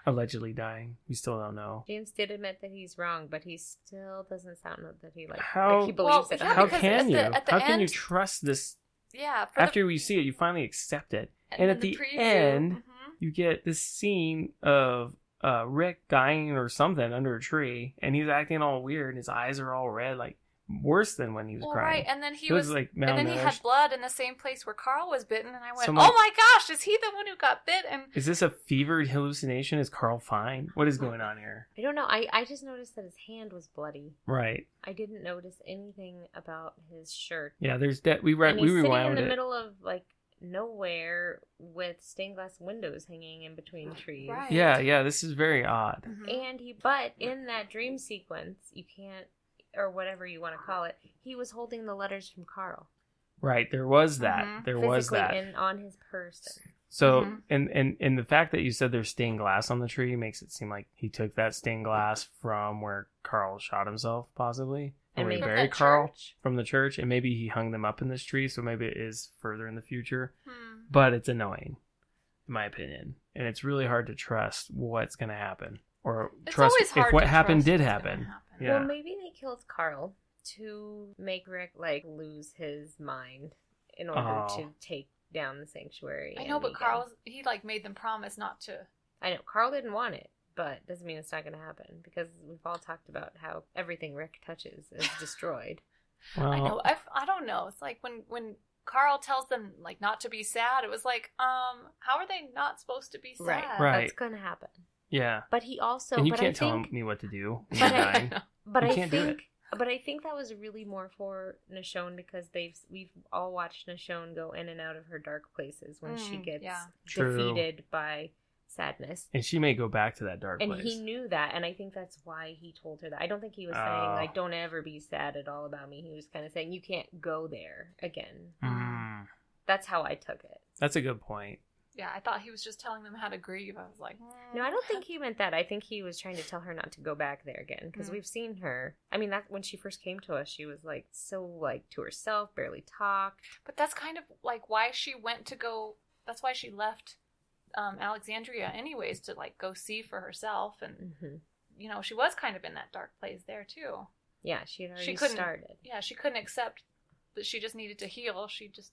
Speaker 1: allegedly dying. We still don't know.
Speaker 3: James did admit that he's wrong, but he still doesn't sound that he like,
Speaker 1: How-
Speaker 3: like he
Speaker 2: Well,
Speaker 3: believes it.
Speaker 2: yeah,
Speaker 1: How
Speaker 2: because
Speaker 1: can
Speaker 2: at
Speaker 1: you?
Speaker 2: the- at the
Speaker 1: How can you
Speaker 2: end-
Speaker 1: trust this?
Speaker 2: Yeah. for the-
Speaker 1: After we see it, you finally accept it. and
Speaker 2: then
Speaker 1: at the
Speaker 2: preview-
Speaker 1: end-
Speaker 2: Mhm.
Speaker 1: You get this scene of uh, Rick dying or something under a tree, and he's acting all weird, and his eyes are all red, like worse than when he was
Speaker 2: Well,
Speaker 1: crying.
Speaker 2: right, and then he,
Speaker 1: he was,
Speaker 2: was,
Speaker 1: like malnourished.
Speaker 2: and then he had blood in the same place where Carl was bitten, and I went,
Speaker 1: Someone-
Speaker 2: "Oh my gosh, is he the one who got bit?" And
Speaker 1: Is this a fevered hallucination? Is Carl fine? What is going on here?
Speaker 3: I don't know. I, I just noticed that his hand was bloody.
Speaker 1: Right.
Speaker 3: I didn't notice anything about his shirt.
Speaker 1: Yeah. There's that. We re-
Speaker 3: and
Speaker 1: we
Speaker 3: he's sitting in
Speaker 1: rewound
Speaker 3: the
Speaker 1: it.
Speaker 3: middle of like nowhere with stained glass windows hanging in between trees.
Speaker 2: Right.
Speaker 1: Yeah. Yeah. This is very odd.
Speaker 3: And he, but in that dream sequence, you can't, or whatever you want to call it, he was holding the letters from Carl.
Speaker 1: Right. There was that.
Speaker 2: Mhm.
Speaker 1: There was
Speaker 3: physically
Speaker 1: that.
Speaker 3: in- on his person.
Speaker 1: So
Speaker 2: Mhm.
Speaker 1: and, and and the fact that you said there's stained glass on the tree makes it seem like he took that stained glass from where Carl shot himself, possibly.
Speaker 3: And
Speaker 1: Or he
Speaker 3: maybe-
Speaker 2: From
Speaker 1: buried
Speaker 2: that
Speaker 1: Carl
Speaker 2: church.
Speaker 1: from the church, and maybe he hung them up in this tree, so maybe it is further in the future.
Speaker 2: Hmm.
Speaker 1: But it's annoying, in my opinion. And it's really hard to trust what's gonna happen. Or
Speaker 2: It's
Speaker 1: trust
Speaker 2: always hard
Speaker 1: if what
Speaker 2: to
Speaker 1: happened
Speaker 2: trust
Speaker 1: did
Speaker 2: what's gonna
Speaker 1: happen.
Speaker 2: happen.
Speaker 1: Yeah.
Speaker 3: Well, maybe they killed Carl to make Rick like lose his mind in order
Speaker 1: Oh.
Speaker 3: to take down the sanctuary.
Speaker 2: I know,
Speaker 3: and
Speaker 2: but
Speaker 3: Negan.
Speaker 2: Carl he like made them promise not to.
Speaker 3: I know Carl didn't want it, but doesn't mean it's not going to happen because we've all talked about how everything Rick touches is destroyed.
Speaker 2: I
Speaker 1: Well,
Speaker 2: know. I I don't know. It's like when when Carl tells them like not to be sad. It was like, um, how are they not supposed to be sad?
Speaker 3: Right.
Speaker 1: Right.
Speaker 3: That's going to happen.
Speaker 1: Yeah.
Speaker 3: But he also,
Speaker 1: and you
Speaker 3: but
Speaker 1: can't
Speaker 3: I
Speaker 1: tell
Speaker 3: think,
Speaker 1: me what to do. when
Speaker 3: But
Speaker 1: you're
Speaker 3: I-
Speaker 1: dying.
Speaker 3: but
Speaker 1: You
Speaker 3: I
Speaker 1: can't do
Speaker 3: think, but I think that was really more for Nashone because they've we've all watched Nashone go in and out of her dark places when she
Speaker 2: Mm,
Speaker 3: gets
Speaker 2: yeah.
Speaker 1: True.
Speaker 3: defeated by sadness.
Speaker 1: and she may go back to that dark
Speaker 3: And
Speaker 1: place.
Speaker 3: he knew that, and I think that's why he told her that. I don't think he was saying
Speaker 1: Oh.
Speaker 3: like, "Don't ever be sad at all about me." He was kind of saying, "You can't go there again."
Speaker 1: Mm.
Speaker 3: That's how I took it.
Speaker 1: That's a good point.
Speaker 2: Yeah, I thought he was just telling them how to grieve. I was like, mm.
Speaker 3: No, I don't think he meant that. I think he was trying to tell her not to go back there again because
Speaker 2: Mm.
Speaker 3: we've seen her. I mean, that when she first came to us, she was like so like to herself, barely talked.
Speaker 2: But that's kind of like why she went to go. That's why she left um, Alexandria, anyways, to like go see for herself. And
Speaker 3: hmm
Speaker 2: you know, she was kind of in that dark place there too.
Speaker 3: Yeah, she had already
Speaker 2: couldn't-
Speaker 3: started.
Speaker 2: Yeah, she couldn't accept that she just needed to heal. She just,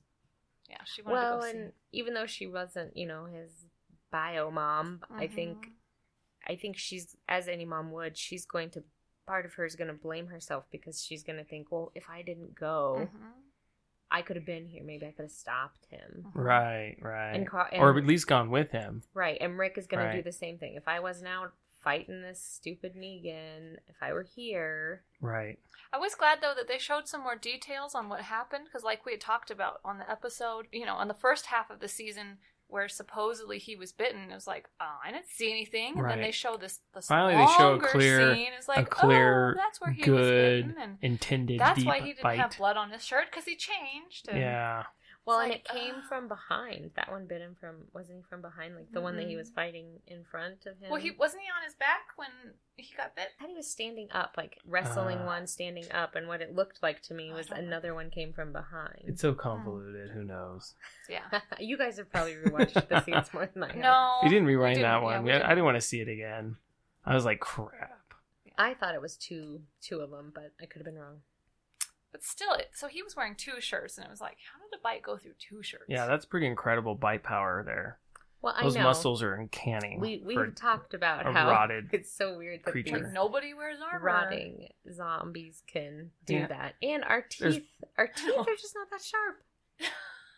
Speaker 2: yeah, she wanted to
Speaker 3: Well,
Speaker 2: go
Speaker 3: and
Speaker 2: see.
Speaker 3: even though she wasn't, you know, his bio mom, I think
Speaker 2: Mhm.
Speaker 3: I think she's as any mom would, she's going to part of her is going to blame herself because she's going to think, well, if I didn't go,
Speaker 2: Mhm.
Speaker 3: I could have been here. Maybe I could have stopped him.
Speaker 2: Mhm.
Speaker 1: Right, right.
Speaker 3: And, Carl, and
Speaker 1: or at least gone with him.
Speaker 3: right, and Rick is going to do
Speaker 1: Right.
Speaker 3: the same thing. If I wasn't out fighting this stupid Negan, if I were here,
Speaker 1: Right.
Speaker 2: I was glad though that they showed some more details on what happened because, like we had talked about on the episode, you know, on the first half of the season where supposedly he was bitten, it was like, oh, I didn't see anything. And then
Speaker 1: Right.
Speaker 2: they show this, this
Speaker 1: Finally they
Speaker 2: longer
Speaker 1: show a clear-
Speaker 2: scene. It's like,
Speaker 1: clear,
Speaker 2: oh, that's where he
Speaker 1: good-
Speaker 2: was bitten, and
Speaker 1: Intended
Speaker 2: that's
Speaker 1: deep
Speaker 2: why he didn't
Speaker 1: bite.
Speaker 2: have blood on his shirt because he changed. And
Speaker 1: yeah.
Speaker 3: well,
Speaker 2: It's
Speaker 3: and
Speaker 2: like,
Speaker 3: it came
Speaker 2: ah.
Speaker 3: from behind. That one bit him from wasn't he from behind? Like the one that he
Speaker 2: Mhm.
Speaker 3: was fighting in front of him.
Speaker 2: Well, he wasn't he on his back when he got bit.
Speaker 3: I thought he was standing up, like wrestling
Speaker 1: Ah.
Speaker 3: one, standing up, and what it looked like to me
Speaker 2: Oh, I
Speaker 3: was
Speaker 2: don't know.
Speaker 3: another one came from behind.
Speaker 1: It's so convoluted. Who knows?
Speaker 2: Yeah.
Speaker 3: you guys have probably rewatched the scenes more than I have.
Speaker 2: No,
Speaker 1: You didn't rewind
Speaker 2: didn't.
Speaker 1: that
Speaker 2: Yeah,
Speaker 1: one.
Speaker 2: we
Speaker 1: Yeah,
Speaker 2: didn't.
Speaker 1: I didn't want to see it again. I was like, crap.
Speaker 3: I thought it was two two of them, but I could have been wrong.
Speaker 2: but still, it, so he was wearing two shirts, and it was like, how did a bite go through two shirts?
Speaker 1: Yeah, that's pretty incredible bite power there.
Speaker 3: Well,
Speaker 1: Those
Speaker 3: I know
Speaker 1: muscles are uncanny.
Speaker 3: we we
Speaker 1: for
Speaker 3: have talked about
Speaker 1: a
Speaker 3: how
Speaker 1: rotted
Speaker 3: it's so weird that
Speaker 1: creature.
Speaker 2: like
Speaker 3: these
Speaker 2: nobody wears armor.
Speaker 3: rotting zombies can do
Speaker 1: Yeah.
Speaker 3: that, and our
Speaker 1: There's-
Speaker 3: teeth our teeth are just not that sharp.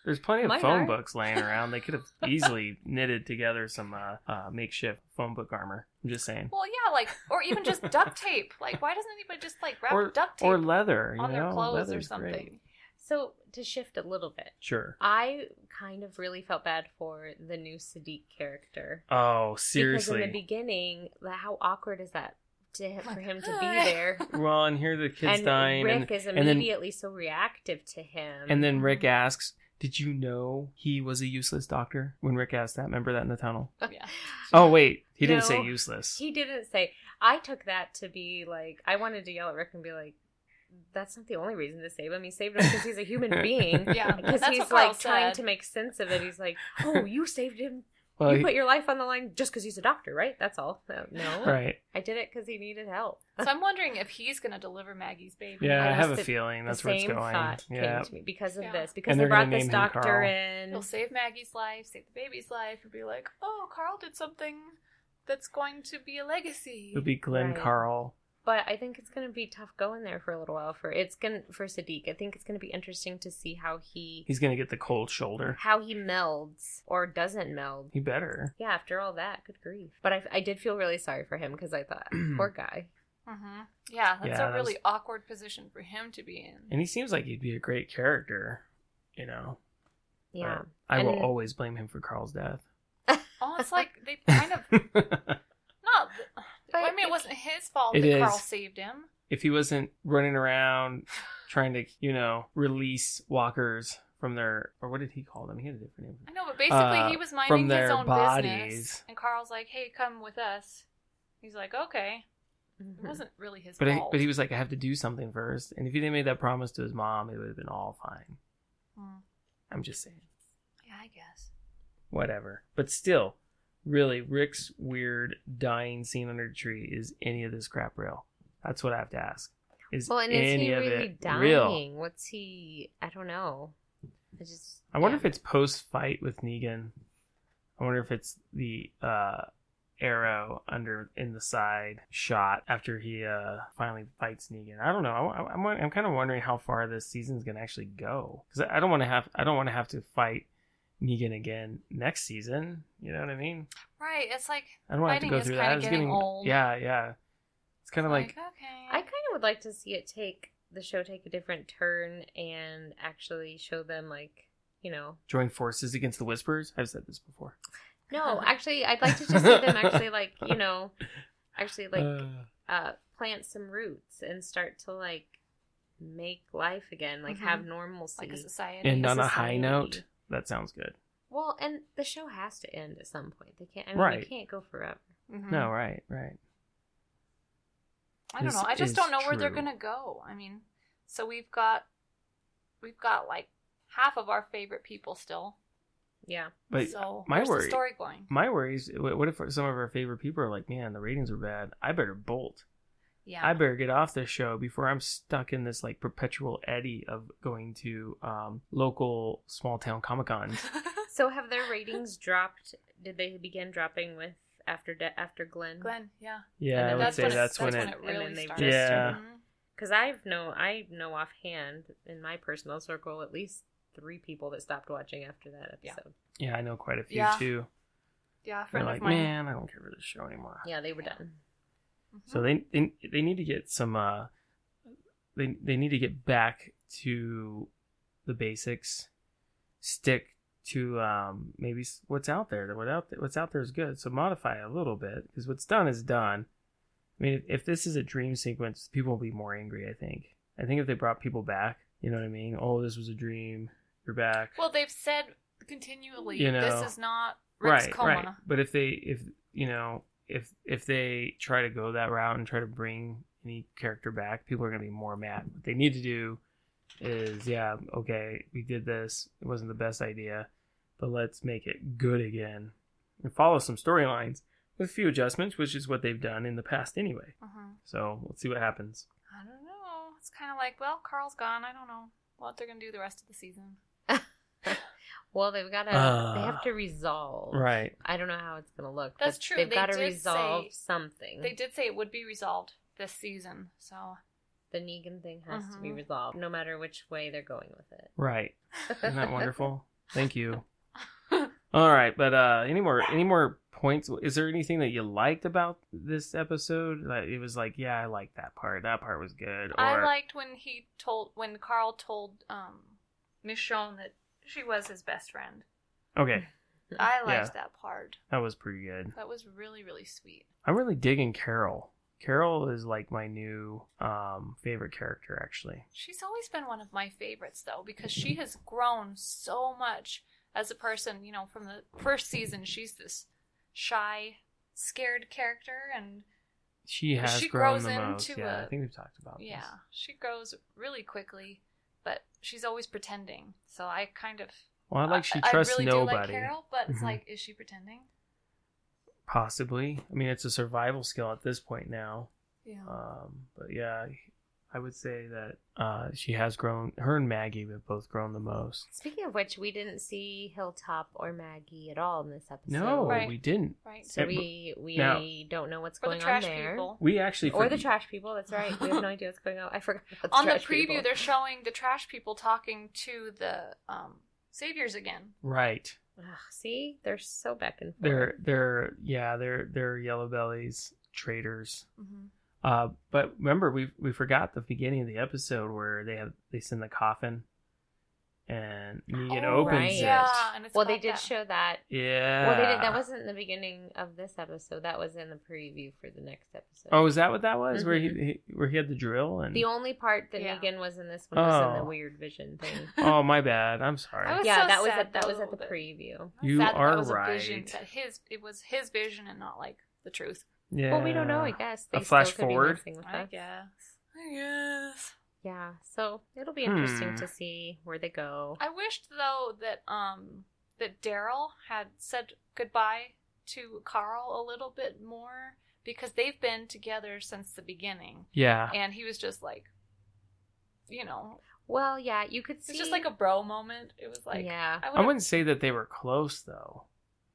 Speaker 1: There's plenty of
Speaker 3: Mine
Speaker 1: phone
Speaker 3: are.
Speaker 1: books laying around. They could have easily knitted together some uh, uh, makeshift phone book armor. I'm just saying.
Speaker 2: Well, yeah, like, or even just duct tape. Like, why doesn't anybody just like wrap
Speaker 1: Or,
Speaker 2: duct tape
Speaker 1: or leather, you
Speaker 2: on their
Speaker 1: know,
Speaker 2: clothes or
Speaker 1: leather's
Speaker 2: something?
Speaker 1: great.
Speaker 3: So to shift a little bit,
Speaker 1: Sure.
Speaker 3: I kind of really felt bad for the new Sadiq character.
Speaker 1: Oh,
Speaker 3: Because in the
Speaker 1: seriously.
Speaker 3: beginning, the- how awkward is that to, for him to be
Speaker 2: Hi.
Speaker 3: there?
Speaker 1: well, and here the kid's
Speaker 3: and
Speaker 1: dying,
Speaker 3: Rick
Speaker 1: and,
Speaker 3: is
Speaker 1: then-
Speaker 3: immediately so reactive to him.
Speaker 1: and then Rick asks, "Did you know he was a useless doctor?" When Rick asked that, remember that in the tunnel.
Speaker 2: Yeah.
Speaker 1: Oh wait, he didn't say
Speaker 3: No.
Speaker 1: useless.
Speaker 3: he didn't say. I took that to be like I wanted to yell at Rick and be like, "That's not the only reason to save him. He saved him because he's a human being."
Speaker 2: Yeah,
Speaker 3: Because
Speaker 2: that's
Speaker 3: he's
Speaker 2: what Carl
Speaker 3: like trying
Speaker 2: said.
Speaker 3: to make sense of it. He's like, "Oh, you saved him.
Speaker 1: well,
Speaker 3: you
Speaker 1: Oh, he-
Speaker 3: put your life on the line just because he's a doctor, right? That's all." No, no.
Speaker 1: right.
Speaker 3: I did it because he needed help.
Speaker 2: So I'm wondering if he's gonna deliver Maggie's baby.
Speaker 1: Yeah, I,
Speaker 3: I
Speaker 1: have a
Speaker 3: was the-
Speaker 1: feeling that's
Speaker 3: the
Speaker 1: where it's
Speaker 3: same
Speaker 1: going.
Speaker 3: thought
Speaker 1: Yeah.
Speaker 3: came to me because of
Speaker 2: Yeah.
Speaker 3: this. Because
Speaker 1: And
Speaker 3: they
Speaker 1: they're gonna
Speaker 3: brought this
Speaker 1: name him
Speaker 3: doctor
Speaker 1: Carl.
Speaker 3: in.
Speaker 2: He'll save Maggie's life, save the baby's life, and be like, "Oh, Carl did something that's going to be a legacy.
Speaker 1: It'll be Glenn
Speaker 3: Right.
Speaker 1: Carl.
Speaker 3: But I think it's going to be tough going there for a little while for it's going to for Sadiq. I think it's going to be interesting to see how he
Speaker 1: He's gonna get the cold shoulder.
Speaker 3: how he melds or doesn't meld.
Speaker 1: He better.
Speaker 3: Yeah, after all that, good grief. But I, I did feel really sorry for him because I thought, poor guy.
Speaker 2: hmm Yeah, that's
Speaker 1: Yeah,
Speaker 2: a
Speaker 1: that
Speaker 2: really
Speaker 1: was-
Speaker 2: awkward position for him to be in.
Speaker 1: And he seems like he'd be a great character. You know,
Speaker 3: Yeah.
Speaker 1: Right. I will
Speaker 3: And-
Speaker 1: always blame him for Carl's death.
Speaker 2: Oh, it's like they kind of not. I mean, it wasn't his fault
Speaker 1: It
Speaker 2: that Carl
Speaker 1: is.
Speaker 2: saved him.
Speaker 1: if he wasn't running around trying to, you know, release walkers from their or what did he call them? He had a different name.
Speaker 2: I know, but basically
Speaker 1: Uh,
Speaker 2: he was
Speaker 1: from
Speaker 2: minding
Speaker 1: their
Speaker 2: his own
Speaker 1: bodies.
Speaker 2: business, and Carl's like, "Hey, come with us." He's like, "Okay." It
Speaker 3: Mhm.
Speaker 2: wasn't really his
Speaker 1: But he,
Speaker 2: fault.
Speaker 1: but he was like, I have to do something first. And if he didn't make that promise to his mom, it would have been all fine.
Speaker 2: Hmm.
Speaker 1: I'm just saying,
Speaker 2: yeah, I guess.
Speaker 1: whatever. But still, really, Rick's weird dying scene under the tree is any of this crap real? That's what I have to ask. Is
Speaker 3: Well, and is
Speaker 1: any
Speaker 3: he
Speaker 1: of
Speaker 3: really
Speaker 1: it
Speaker 3: dying?
Speaker 1: real?
Speaker 3: What's he? I don't know. I just.
Speaker 1: I wonder
Speaker 3: yeah.
Speaker 1: if it's post fight with Negan. I wonder if it's the uh, arrow under in the side shot after he uh, finally fights Negan. I don't know. I, I, I'm I'm kind of wondering how far this season's gonna actually go because I, I don't want to have I don't want to have to fight Negan again next season. You know what I mean?
Speaker 2: Right. It's like
Speaker 1: I don't want to have to
Speaker 2: Fighting
Speaker 1: go
Speaker 2: is
Speaker 1: through
Speaker 2: kinda
Speaker 1: that. It's
Speaker 2: getting
Speaker 1: getting
Speaker 2: old. uh,
Speaker 1: yeah, yeah. It's kind of like,
Speaker 2: okay.
Speaker 3: I kind of would like to see it take the show take a different turn and actually show them like you know.
Speaker 1: join forces against the Whispers. I've said this before.
Speaker 3: No, actually, I'd like to just see them actually like you know, actually like
Speaker 1: Uh,
Speaker 3: uh, plant some roots and start to like make life again, like
Speaker 2: Mhm.
Speaker 3: have normalcy.
Speaker 2: like a society.
Speaker 1: and on a high
Speaker 3: society.
Speaker 1: note, that sounds good.
Speaker 3: well, and the show has to end at some point. They can't. I mean,
Speaker 1: Right.
Speaker 3: They can't go forever.
Speaker 2: Mhm.
Speaker 1: No, right, right.
Speaker 2: I don't
Speaker 1: is-
Speaker 2: know. I
Speaker 1: is
Speaker 2: just don't know where they're
Speaker 1: true.
Speaker 2: gonna go. I mean, so we've got we've got like half of our favorite people still.
Speaker 3: Yeah.
Speaker 1: But
Speaker 2: so
Speaker 1: my
Speaker 2: where's the
Speaker 1: worry-
Speaker 2: story going?
Speaker 1: my worry is, wh- what if some of our favorite people are like, man, the ratings are bad. I better bolt.
Speaker 2: Yeah.
Speaker 1: I better get off this show before I'm stuck in this like perpetual eddy of going to um, local small town comic cons.
Speaker 3: So have their ratings dropped? Did they begin dropping with after de- after Glenn?
Speaker 2: Glenn, yeah.
Speaker 1: Yeah, I
Speaker 3: then
Speaker 1: would
Speaker 3: that's
Speaker 1: say
Speaker 3: when it-
Speaker 1: that's, when,
Speaker 3: that's
Speaker 1: it.
Speaker 3: when it
Speaker 2: really
Speaker 3: And then they
Speaker 2: starts.
Speaker 1: just- Yeah.
Speaker 2: Mhm.
Speaker 3: Because I've no, I know offhand in my personal circle at least three people that stopped watching after that
Speaker 2: Yeah.
Speaker 3: episode.
Speaker 1: Yeah, I know quite a few
Speaker 2: Yeah.
Speaker 1: too.
Speaker 2: Yeah, a
Speaker 1: They're
Speaker 2: friend
Speaker 1: like,
Speaker 2: of mine.
Speaker 1: man, I don't care for this show anymore.
Speaker 3: Yeah, they were done.
Speaker 2: Mhm.
Speaker 1: So they, they they need to get some. Uh, they they need to get back to the basics. Stick to um, maybe s- what's out there. What out what's out there is good. So modify a little bit because what's done is done. I mean, if, if this is a dream sequence, people will be more angry. I think. I think if they brought people back, you know what I mean. Oh, this was a dream. You're back.
Speaker 2: Well, they've said continually,
Speaker 1: You know.
Speaker 2: this is not Rick's
Speaker 1: right,
Speaker 2: coma.
Speaker 1: right. But if they if you know if if they try to go that route and try to bring any character back, people are gonna be more mad. What they need to do is yeah, okay, we did this. It wasn't the best idea, but let's make it good again and follow some storylines with few adjustments, which is what they've done in the past anyway.
Speaker 2: Mhm.
Speaker 1: So let's see what happens.
Speaker 2: I don't know. It's kind of like, well, Carl's gone. I don't know what they're gonna do the rest of the season.
Speaker 3: Well, they've got to. they
Speaker 1: Uh,
Speaker 3: have to resolve.
Speaker 1: Right.
Speaker 3: I don't know how it's gonna look.
Speaker 2: That's
Speaker 3: but
Speaker 2: true.
Speaker 3: They've
Speaker 2: They
Speaker 3: got to
Speaker 2: did
Speaker 3: resolve
Speaker 2: say-
Speaker 3: something.
Speaker 2: They did say it would be resolved this season, so
Speaker 3: The Negan thing has to be
Speaker 2: Mhm.
Speaker 3: resolved, no matter which way they're going with it.
Speaker 1: Right. Isn't that wonderful? Thank you. All right, but uh any more any more points? Is there anything that you liked about this episode? That it was like, yeah, I liked that part. That part was good. Or
Speaker 2: I liked when he told when Carl told um Michonne that she was his best friend.
Speaker 1: okay,
Speaker 2: I liked
Speaker 1: Yeah.
Speaker 2: that part.
Speaker 1: that was pretty good.
Speaker 2: That was really really sweet.
Speaker 1: I'm really digging Carol. Carol is like my new um favorite character actually.
Speaker 2: She's always been one of my favorites though because she has grown so much as a person, you know, from the first season she's this shy, scared character and
Speaker 1: She has
Speaker 2: She
Speaker 1: grown
Speaker 2: grows
Speaker 1: the most.
Speaker 2: into
Speaker 1: Yeah, I
Speaker 2: a-
Speaker 1: think we've talked about
Speaker 2: yeah,
Speaker 1: this.
Speaker 2: she grows really quickly, but she's always pretending. So I kind of
Speaker 1: Well, I like she
Speaker 2: I
Speaker 1: trusts
Speaker 2: really
Speaker 1: nobody.
Speaker 2: do like Carol, but it's
Speaker 1: Mhm.
Speaker 2: like is she pretending?
Speaker 1: Possibly. I mean, it's a survival skill at this point now.
Speaker 2: Yeah.
Speaker 1: Um, but yeah, I would say that uh, she has grown. Her and Maggie have both grown the most.
Speaker 3: Speaking of which, we didn't see Hilltop or Maggie at all in this episode.
Speaker 1: No,
Speaker 2: Right.
Speaker 1: we didn't.
Speaker 2: Right.
Speaker 3: So
Speaker 1: Yeah, but-
Speaker 3: we we
Speaker 1: now-
Speaker 3: don't know what's
Speaker 2: For
Speaker 3: going
Speaker 2: the trash
Speaker 3: on there.
Speaker 2: people.
Speaker 1: We actually
Speaker 3: Or the
Speaker 1: forg-
Speaker 3: trash people. That's right. We have no idea what's going on. I forgot. About the
Speaker 2: On the
Speaker 3: trash
Speaker 2: preview,
Speaker 3: people.
Speaker 2: they're showing the trash people talking to the um, saviors again.
Speaker 1: Right.
Speaker 3: Ugh, see, they're so back and forth.
Speaker 1: They're they're yeah they're they're yellow bellies traitors.
Speaker 2: Mm-hmm.
Speaker 1: Uh, but remember we we forgot the beginning of the episode where they have they send the coffin, and Negan
Speaker 3: Oh,
Speaker 1: opens
Speaker 3: right.
Speaker 1: it.
Speaker 2: Yeah, and it's
Speaker 3: well, they
Speaker 2: got
Speaker 3: did
Speaker 2: that.
Speaker 3: show that.
Speaker 1: Yeah.
Speaker 3: Well, they did. That wasn't in the beginning of this episode. That was in the preview for the next episode.
Speaker 1: Oh, is that what that was? Where he, he where he had the drill and
Speaker 3: Mm-hmm. the only part that
Speaker 2: Yeah.
Speaker 3: Negan was in this one was in
Speaker 1: Oh.
Speaker 3: the weird vision thing.
Speaker 1: oh my bad. I'm sorry.
Speaker 2: I was
Speaker 3: yeah,
Speaker 2: so
Speaker 3: that was
Speaker 2: sad
Speaker 3: at that
Speaker 2: though,
Speaker 3: was at the
Speaker 2: that-
Speaker 3: preview.
Speaker 2: I'm
Speaker 1: You
Speaker 2: sad that
Speaker 1: are
Speaker 2: that was A vision,
Speaker 1: right.
Speaker 2: that his it was his vision and not like the truth.
Speaker 1: yeah.
Speaker 3: Well, we don't know. I guess
Speaker 1: A
Speaker 3: they
Speaker 1: flash
Speaker 3: still could be
Speaker 1: forward?
Speaker 3: messing with
Speaker 2: I
Speaker 3: us.
Speaker 2: guess. I guess.
Speaker 3: Yeah, so it'll be interesting
Speaker 1: Hmm.
Speaker 3: to see where they go.
Speaker 2: I wished though that um that Daryl had said goodbye to Carl a little bit more because they've been together since the beginning,
Speaker 1: Yeah.
Speaker 2: and he was just like, you know,
Speaker 3: Well, yeah, you could see.
Speaker 2: it's just like a bro moment. It was like,
Speaker 3: yeah.
Speaker 2: I,
Speaker 1: I
Speaker 2: would've-
Speaker 1: wouldn't say that they were close though.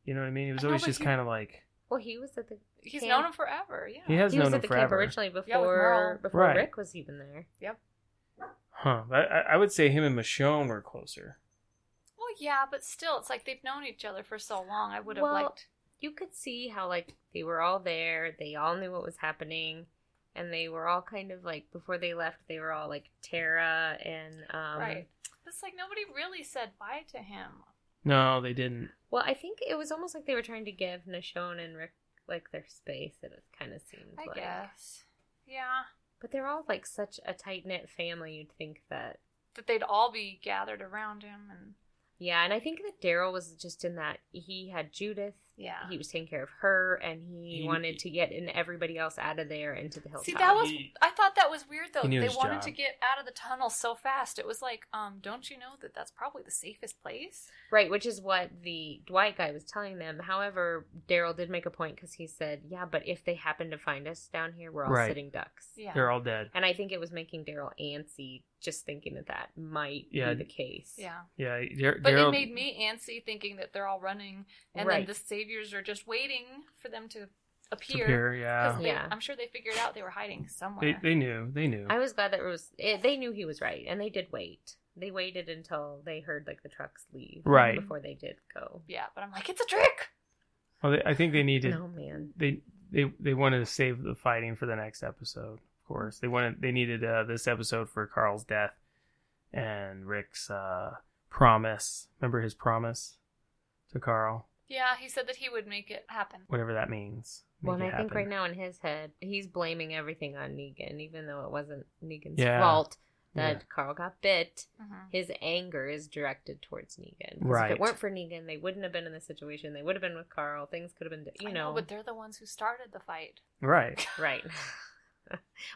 Speaker 1: You know what I mean? It was
Speaker 2: I know,
Speaker 1: always
Speaker 2: but
Speaker 1: just
Speaker 2: he-
Speaker 1: kind of like
Speaker 3: Well, he was at the
Speaker 2: He's
Speaker 3: camp.
Speaker 2: known him forever. Yeah.
Speaker 1: he has
Speaker 3: he was
Speaker 1: known
Speaker 3: at
Speaker 1: him
Speaker 3: the camp
Speaker 1: forever.
Speaker 3: originally
Speaker 2: Merle.
Speaker 3: before before
Speaker 1: Right.
Speaker 3: Rick was even there.
Speaker 1: Huh. I, I I would say him and Michonne were closer.
Speaker 2: Well, yeah, but still, it's like they've known each other for so long. I would have
Speaker 3: Well,
Speaker 2: liked.
Speaker 3: You could see how like they were all there. They all knew what was happening, and they were all kind of like before they left. They were all like Tara and um,
Speaker 2: right. It's like nobody really said bye to him.
Speaker 1: No, they didn't.
Speaker 3: Well, I think it was almost like they were trying to give Nashon and Rick like their space. It kind of seemed
Speaker 2: I
Speaker 3: like.
Speaker 2: guess. Yeah.
Speaker 3: But they're all like such a tight knit family. You'd think that.
Speaker 2: That they'd all be gathered around him and.
Speaker 3: Yeah, and I think that Daryl was just in that he had Judith.
Speaker 2: Yeah.
Speaker 3: He was taking care of her, and he,
Speaker 1: He-
Speaker 3: wanted to get in everybody else out of there into the hilltop.
Speaker 2: See, that was.
Speaker 1: He-
Speaker 2: I thought that was weird though.
Speaker 1: He knew
Speaker 2: They
Speaker 1: his
Speaker 2: wanted
Speaker 1: job.
Speaker 2: to get out of the tunnel so fast. It was like, um, don't you know that that's probably the safest place?
Speaker 3: right, which is what the Dwight guy was telling them. However, Daryl did make a point because he said, "Yeah, but if they happen to find us down here, we're all
Speaker 1: Right.
Speaker 3: sitting ducks."
Speaker 2: Yeah.
Speaker 1: They're all dead.
Speaker 3: And I think it was making Daryl antsy, just thinking that that might
Speaker 1: Yeah.
Speaker 3: be the case.
Speaker 2: yeah.
Speaker 1: Yeah. Dar-
Speaker 2: But
Speaker 1: Daryl-
Speaker 2: it made me antsy thinking that they're all running, and then
Speaker 3: Right.
Speaker 2: the saviors are just waiting for them to appear.
Speaker 1: appear.
Speaker 2: 'cause
Speaker 1: Yeah.
Speaker 3: They-
Speaker 2: they-
Speaker 3: Yeah.
Speaker 2: I'm sure they figured out they were hiding somewhere.
Speaker 1: They they knew. They knew.
Speaker 3: I was glad that it was. It, they knew he was right, and they did wait. They waited until they heard like the trucks leave,
Speaker 1: Right.
Speaker 3: before they did go.
Speaker 2: yeah, but I'm like, it's a trick.
Speaker 1: well, they, I think they needed.
Speaker 2: Oh,
Speaker 3: No man.
Speaker 1: They they they wanted to save the fighting for the next episode. Of course, they wanted. They needed uh, this episode for Carl's death and Rick's uh, promise. Remember his promise to Carl,
Speaker 2: Yeah, he said that he would make it happen.
Speaker 1: whatever that means.
Speaker 3: Well, and
Speaker 1: Make
Speaker 3: I
Speaker 1: it
Speaker 3: think
Speaker 1: happen.
Speaker 3: right now in his head, he's blaming everything on Negan, even though it wasn't Negan's
Speaker 1: Yeah.
Speaker 3: fault that
Speaker 1: Yeah.
Speaker 3: Carl got bit.
Speaker 2: Mhm.
Speaker 3: His anger is directed towards Negan. 'Cause If
Speaker 1: Right.
Speaker 3: it weren't for Negan, they wouldn't have been in this situation. They would have been with Carl. Things could have been, di- you
Speaker 2: I
Speaker 3: know,
Speaker 2: but they're the ones who started the fight.
Speaker 1: Right.
Speaker 3: right.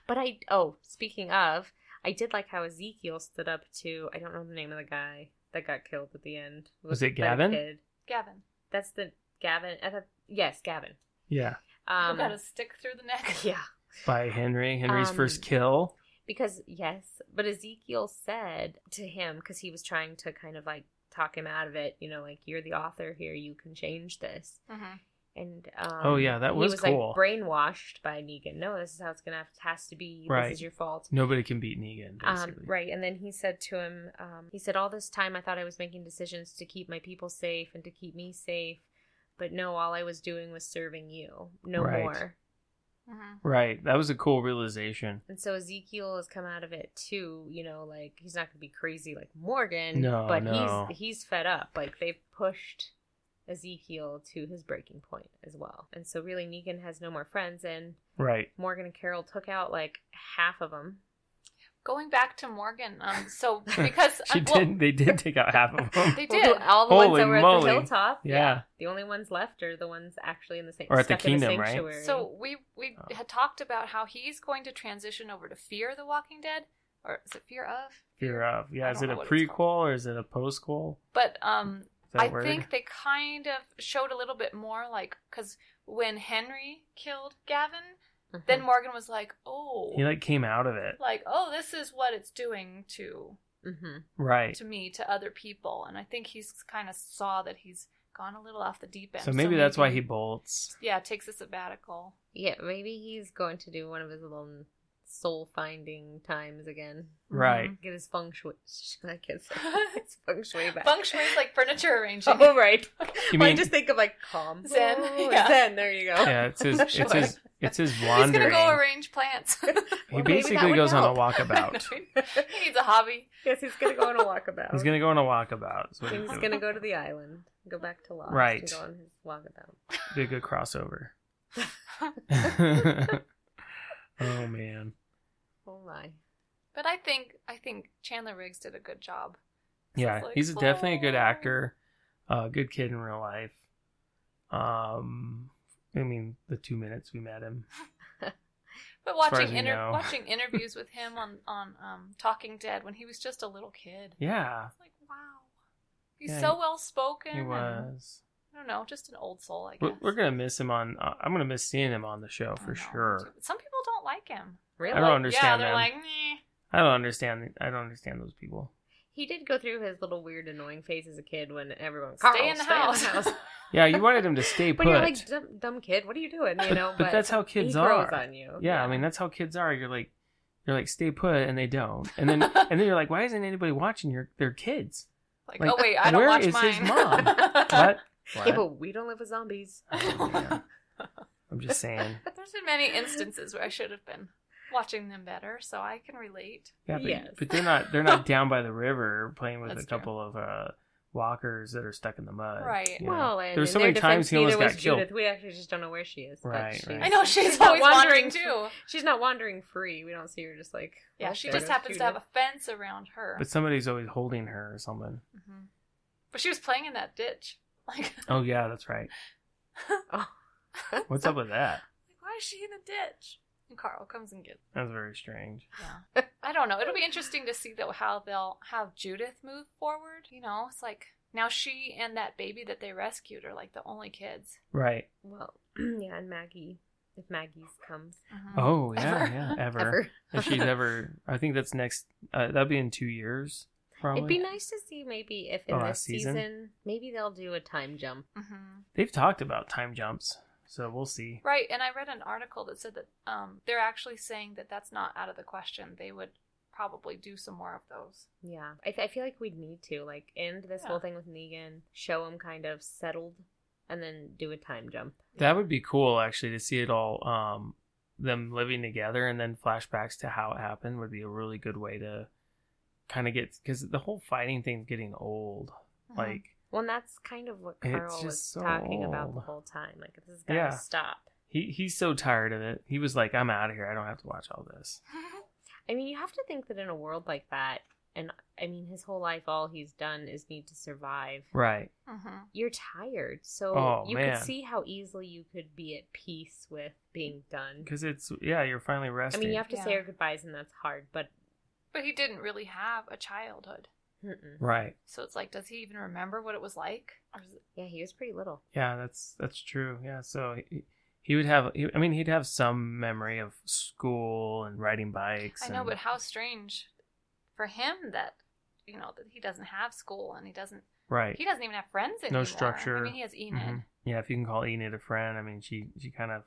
Speaker 3: but I oh, speaking of, I did like how Ezekiel stood up to I don't know the name of the guy that got killed at the end.
Speaker 1: Was it
Speaker 3: by the
Speaker 1: Gavin?
Speaker 3: kid.
Speaker 2: Gavin,
Speaker 3: That's the Gavin. I thought, yes, Gavin.
Speaker 1: Yeah.
Speaker 2: um,
Speaker 3: Um,
Speaker 2: got a stick through the neck.
Speaker 3: yeah.
Speaker 1: By Henry. Henry's
Speaker 3: Um,
Speaker 1: first kill.
Speaker 3: Because, yes, but Ezekiel said to him, because he was trying to kind of like talk him out of it, you know, like, you're the author here, you can change this.
Speaker 2: Mhm.
Speaker 3: And, um,
Speaker 1: Oh, yeah, that was
Speaker 3: he was
Speaker 1: cool.
Speaker 3: like brainwashed by Negan. No, this is how it's going to have has to be.
Speaker 1: Right.
Speaker 3: This is your fault.
Speaker 1: Nobody can beat Negan.
Speaker 3: Um,
Speaker 1: Basically.
Speaker 3: right. And then he said to him, um, he said, All this time I thought I was making decisions to keep my people safe and to keep me safe. But no, all I was doing was serving you. No
Speaker 1: Right.
Speaker 3: more.
Speaker 2: Mhm.
Speaker 1: Right. That was a cool realization.
Speaker 3: And so Ezekiel has come out of it too, you know, like he's not gonna be crazy like Morgan.
Speaker 1: No,
Speaker 3: but
Speaker 1: no.
Speaker 3: he's he's fed up. Like they've pushed Ezekiel to his breaking point as well. And so really Negan has no more friends and
Speaker 1: Right.
Speaker 3: Morgan and Carol took out like half of them.
Speaker 2: Going back to Morgan, um, so because
Speaker 1: She
Speaker 2: uh, well,
Speaker 1: did. They did take out half of them.
Speaker 2: they did.
Speaker 3: all the ones
Speaker 1: Holy
Speaker 3: that were at
Speaker 1: moly.
Speaker 3: the hilltop.
Speaker 1: Yeah.
Speaker 3: The only ones left are the ones actually in the same
Speaker 1: Or at the
Speaker 3: stuck in
Speaker 1: kingdom, right?
Speaker 3: sanctuary.
Speaker 2: So we we
Speaker 1: Oh.
Speaker 2: had talked about how he's going to transition over to Fear the Walking Dead, or is it Fear of?
Speaker 1: Fear of.
Speaker 2: I
Speaker 1: Yeah. Is
Speaker 2: don't
Speaker 1: it
Speaker 2: know
Speaker 1: a
Speaker 2: what it's
Speaker 1: prequel
Speaker 2: called.
Speaker 1: or is it a postquel?
Speaker 2: But um,
Speaker 1: Is that
Speaker 2: I
Speaker 1: a word?
Speaker 2: think they kind of showed a little bit more, like because when Henry killed Gavin,
Speaker 3: Mm-hmm.
Speaker 2: Then Morgan was like, "Oh,
Speaker 1: Hmm. He like came out of it.
Speaker 2: like oh, this is what it's doing to
Speaker 3: hmm
Speaker 1: Right.
Speaker 2: to me to other people," and I think he's kind of saw that he's gone a little off the deep end.
Speaker 1: So maybe that's why he bolts.
Speaker 2: yeah takes a sabbatical.
Speaker 3: Yeah, maybe he's going to do one of his little soul finding times again.
Speaker 1: Right.
Speaker 3: Get his feng shui. Like his, his feng shui back.
Speaker 2: Mm-hmm. Feng Shui is like furniture arranging.
Speaker 3: Oh right.
Speaker 1: You
Speaker 3: Well, I
Speaker 1: mean-
Speaker 3: just think of like calm,
Speaker 2: Zen,
Speaker 3: Oh,
Speaker 2: yeah.
Speaker 3: Zen. There you go.
Speaker 1: Yeah, it's his it's his it's his
Speaker 2: He's gonna
Speaker 1: wandering.
Speaker 2: go arrange plants.
Speaker 1: he
Speaker 3: Well, maybe that
Speaker 1: basically
Speaker 3: would
Speaker 1: goes on a
Speaker 3: help.
Speaker 1: walkabout.
Speaker 2: he needs a hobby.
Speaker 3: yes, he's gonna go on a walkabout.
Speaker 1: He's gonna go on a walkabout. So
Speaker 3: Then he's gonna go to the island, go back to Lost,
Speaker 1: Right.
Speaker 3: And go on his walkabout.
Speaker 1: be a good crossover. oh man.
Speaker 3: Oh my.
Speaker 2: But I think I think Chandler Riggs did a good job.
Speaker 1: Yeah,
Speaker 2: It's like,
Speaker 1: he's a- definitely a good
Speaker 2: oh.
Speaker 1: actor. Uh, good kid in real life. Um, I mean, the two minutes we met him.
Speaker 2: But
Speaker 1: As far as
Speaker 2: watching
Speaker 1: we
Speaker 2: inter-
Speaker 1: know.
Speaker 2: watching interviews with him on on um, Talking Dead when he was just a little kid,
Speaker 1: Yeah,
Speaker 2: it's like wow, he's
Speaker 1: Yeah,
Speaker 2: so
Speaker 1: he-
Speaker 2: well spoken.
Speaker 1: he was.
Speaker 2: I don't know, just an old soul, I guess.
Speaker 1: But we're gonna miss him on. Uh, I'm gonna miss seeing him on the show
Speaker 2: I
Speaker 1: for
Speaker 2: know.
Speaker 1: sure.
Speaker 2: Some people don't like him.
Speaker 3: Really?
Speaker 1: I don't
Speaker 2: yeah,
Speaker 1: understand
Speaker 2: they're
Speaker 1: them.
Speaker 2: like, "Meh."
Speaker 1: I don't understand. I don't understand those people.
Speaker 3: He did go through his little weird, annoying phase as a kid when everyone
Speaker 2: stay,
Speaker 3: Carl,
Speaker 2: in the house.
Speaker 1: Yeah, you wanted him to stay put.
Speaker 3: But you're like dumb, dumb kid. What are you doing? You
Speaker 1: But-
Speaker 3: know.
Speaker 1: but that's how kids
Speaker 3: he grows
Speaker 1: are.
Speaker 3: on you.
Speaker 1: yeah, I mean that's how kids are. You're like, you're like stay put, and they don't. And then and then you're like, why isn't anybody watching your their kids?
Speaker 2: like,
Speaker 1: Like,
Speaker 2: oh wait, I don't
Speaker 1: where
Speaker 2: watch
Speaker 1: is
Speaker 2: mine.
Speaker 1: his mom? What? what?
Speaker 3: Yeah, but we don't live with zombies.
Speaker 1: Oh, man. I'm just saying.
Speaker 2: There's been many instances where I should have been watching them better, so I can relate.
Speaker 1: Yeah, but,
Speaker 3: Yes.
Speaker 1: but they're not they're not down by the river playing with
Speaker 2: That's
Speaker 1: a couple of uh, walkers that are stuck in the mud.
Speaker 2: Right.
Speaker 1: you know?
Speaker 3: Well, and
Speaker 1: There's
Speaker 3: in
Speaker 1: so
Speaker 3: their
Speaker 1: many times
Speaker 3: defense,
Speaker 1: he almost
Speaker 3: neither was
Speaker 1: got killed.
Speaker 3: Judith. We actually just don't know where she is. but
Speaker 1: Right,
Speaker 3: she's-
Speaker 1: right.
Speaker 2: I know she's,
Speaker 3: not
Speaker 2: always wandering,
Speaker 3: wandering
Speaker 2: too.
Speaker 3: She's not wandering free. We don't see her just like.
Speaker 2: Yeah,
Speaker 3: oh,
Speaker 2: she
Speaker 3: there
Speaker 2: just
Speaker 3: goes
Speaker 2: happens to have a fence
Speaker 3: Judith.
Speaker 2: around her.
Speaker 1: But somebody's always holding her or something.
Speaker 2: Mhm. But she was playing in that ditch. Like,
Speaker 1: Oh yeah, that's right.
Speaker 3: Oh.
Speaker 1: What's up with that?
Speaker 2: why is she in a ditch? And Carl comes and gets.
Speaker 1: That's very strange.
Speaker 2: Yeah, I don't know. It'll be interesting to see though how they'll how Judith move forward. You know, it's like now she and that baby that they rescued are like the only kids.
Speaker 1: Right.
Speaker 3: Well, yeah, and Maggie. If Maggie's comes
Speaker 1: Oh yeah,
Speaker 2: Ever.
Speaker 1: yeah. Ever.
Speaker 3: Mm. ever,
Speaker 1: If she's ever, I think that's next. Uh, that'll be in two years. Probably.
Speaker 3: it'd be nice to see maybe if in
Speaker 1: Oh,
Speaker 3: this
Speaker 1: last season?
Speaker 3: season, maybe they'll do a time jump.
Speaker 2: hmm
Speaker 1: They've talked about time jumps, so we'll see.
Speaker 2: Right, and I read an article that said that um, they're actually saying that that's not out of the question. They would probably do some more of those.
Speaker 3: Yeah, I, th- I feel like we'd need to like end this
Speaker 2: Yeah.
Speaker 3: whole thing with Negan, show him kind of settled, and then do a time jump.
Speaker 1: That would be cool, actually, to see it all. Um, them living together and then flashbacks to how it happened would be a really good way to kind of get because the whole fighting thing's getting old.
Speaker 2: Mhm.
Speaker 1: Like,
Speaker 3: Well, and that's kind of what
Speaker 1: It's
Speaker 3: Carl
Speaker 1: just
Speaker 3: was
Speaker 1: so
Speaker 3: talking about the
Speaker 1: old.
Speaker 3: whole time. Like this has got to
Speaker 1: Yeah.
Speaker 3: stop.
Speaker 1: He he's so tired of it. He was like, "I'm out of here. I don't have to watch all this."
Speaker 3: I mean, you have to think that in a world like that, and I mean, his whole life, all he's done is need to survive.
Speaker 1: Right.
Speaker 2: Mhm.
Speaker 3: You're tired, so
Speaker 1: Oh,
Speaker 3: you
Speaker 1: man.
Speaker 3: could see how easily you could be at peace with being done.
Speaker 1: Because it's yeah, you're finally
Speaker 3: I
Speaker 1: resting.
Speaker 3: mean, you have to say
Speaker 2: Yeah.
Speaker 3: your goodbyes, and that's hard, but
Speaker 2: But he didn't really have a childhood,
Speaker 3: mm-mm.
Speaker 1: right.
Speaker 2: so it's like, does he even remember what it was like? Or is it-
Speaker 3: yeah, he was pretty little.
Speaker 1: Yeah, that's that's true. Yeah. So he, he would have. He, I mean, he'd have some memory of school and riding bikes.
Speaker 2: I know,
Speaker 1: and-
Speaker 2: but how strange for him that you know that he doesn't have school and he doesn't
Speaker 1: right.
Speaker 2: he doesn't even have friends anymore.
Speaker 1: No structure.
Speaker 2: I mean, he has Enid.
Speaker 1: Mhm. Yeah, if you can call Enid a friend, I mean, she she kind of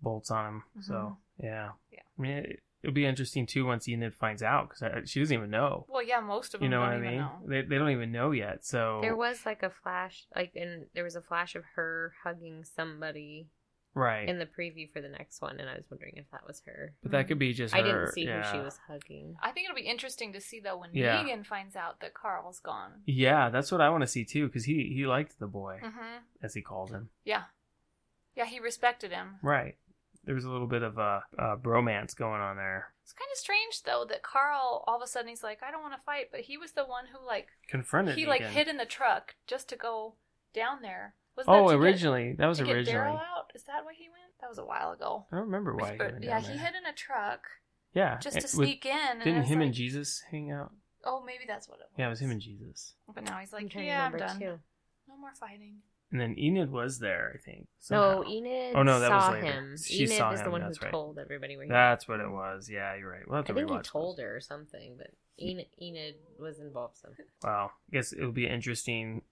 Speaker 1: bolts on him. So yeah.
Speaker 2: Mm-hmm. Yeah.
Speaker 1: I mean, it, it'll be interesting too once Enid finds out because she doesn't even know.
Speaker 2: Well, yeah, most of them
Speaker 1: You know
Speaker 2: don't
Speaker 1: what I
Speaker 2: even
Speaker 1: mean?
Speaker 2: know.
Speaker 1: They they don't even know yet. So
Speaker 3: There was like a flash, like, and there was a flash of her hugging somebody
Speaker 1: right.
Speaker 3: in the preview for the next one, and I was wondering if that was her.
Speaker 1: but that could be just.
Speaker 3: I didn't
Speaker 1: her-
Speaker 3: see who she
Speaker 1: yeah.
Speaker 3: was hugging.
Speaker 2: I think it'll be interesting to see though when
Speaker 1: Yeah.
Speaker 2: Negan finds out that Carl's gone.
Speaker 1: Yeah, that's what I want to see too, because he he liked the boy
Speaker 2: hmm
Speaker 1: as he called him.
Speaker 2: Yeah, yeah, he respected him.
Speaker 1: Right. There was a little bit of a, a bromance going on there.
Speaker 2: It's kind of strange though that Carl all of a sudden he's like, I don't want to fight, but he was the one who like
Speaker 1: Confronted.
Speaker 2: he like
Speaker 1: Negan.
Speaker 2: hid in the truck just to go down there. Was
Speaker 1: Oh, originally that was
Speaker 2: to get Daryl
Speaker 1: originally.
Speaker 2: out? Is that why he went? That was a while ago.
Speaker 1: I don't remember why.
Speaker 2: But,
Speaker 1: he went
Speaker 2: yeah,
Speaker 1: down
Speaker 2: he
Speaker 1: there.
Speaker 2: hid in a truck
Speaker 1: Yeah,
Speaker 2: just to
Speaker 1: it- with-
Speaker 2: sneak in. And I
Speaker 1: didn't
Speaker 2: was
Speaker 1: him and
Speaker 2: like,
Speaker 1: Jesus hang out?
Speaker 2: Oh, maybe that's what it was.
Speaker 1: Yeah, it was him and Jesus.
Speaker 2: But now he's
Speaker 3: I'm
Speaker 2: like,
Speaker 3: trying to
Speaker 2: yeah, I'm
Speaker 3: remember,
Speaker 2: done.
Speaker 3: too.
Speaker 2: No more fighting.
Speaker 1: and then Enid was there, I think.
Speaker 3: No,
Speaker 1: somehow.
Speaker 3: Enid
Speaker 1: Oh, no, that was
Speaker 3: saw
Speaker 1: later.
Speaker 3: him.
Speaker 1: She
Speaker 3: Enid
Speaker 1: saw
Speaker 3: is the
Speaker 1: him,
Speaker 3: one who
Speaker 1: that's right.
Speaker 3: told everybody where he
Speaker 1: That's what it was. Yeah, you're right. We'll have
Speaker 3: I
Speaker 1: to
Speaker 3: think he
Speaker 1: rewatch.
Speaker 3: told her or something, but Enid, Enid was involved somehow.
Speaker 1: those. Wow. I guess it'll be interesting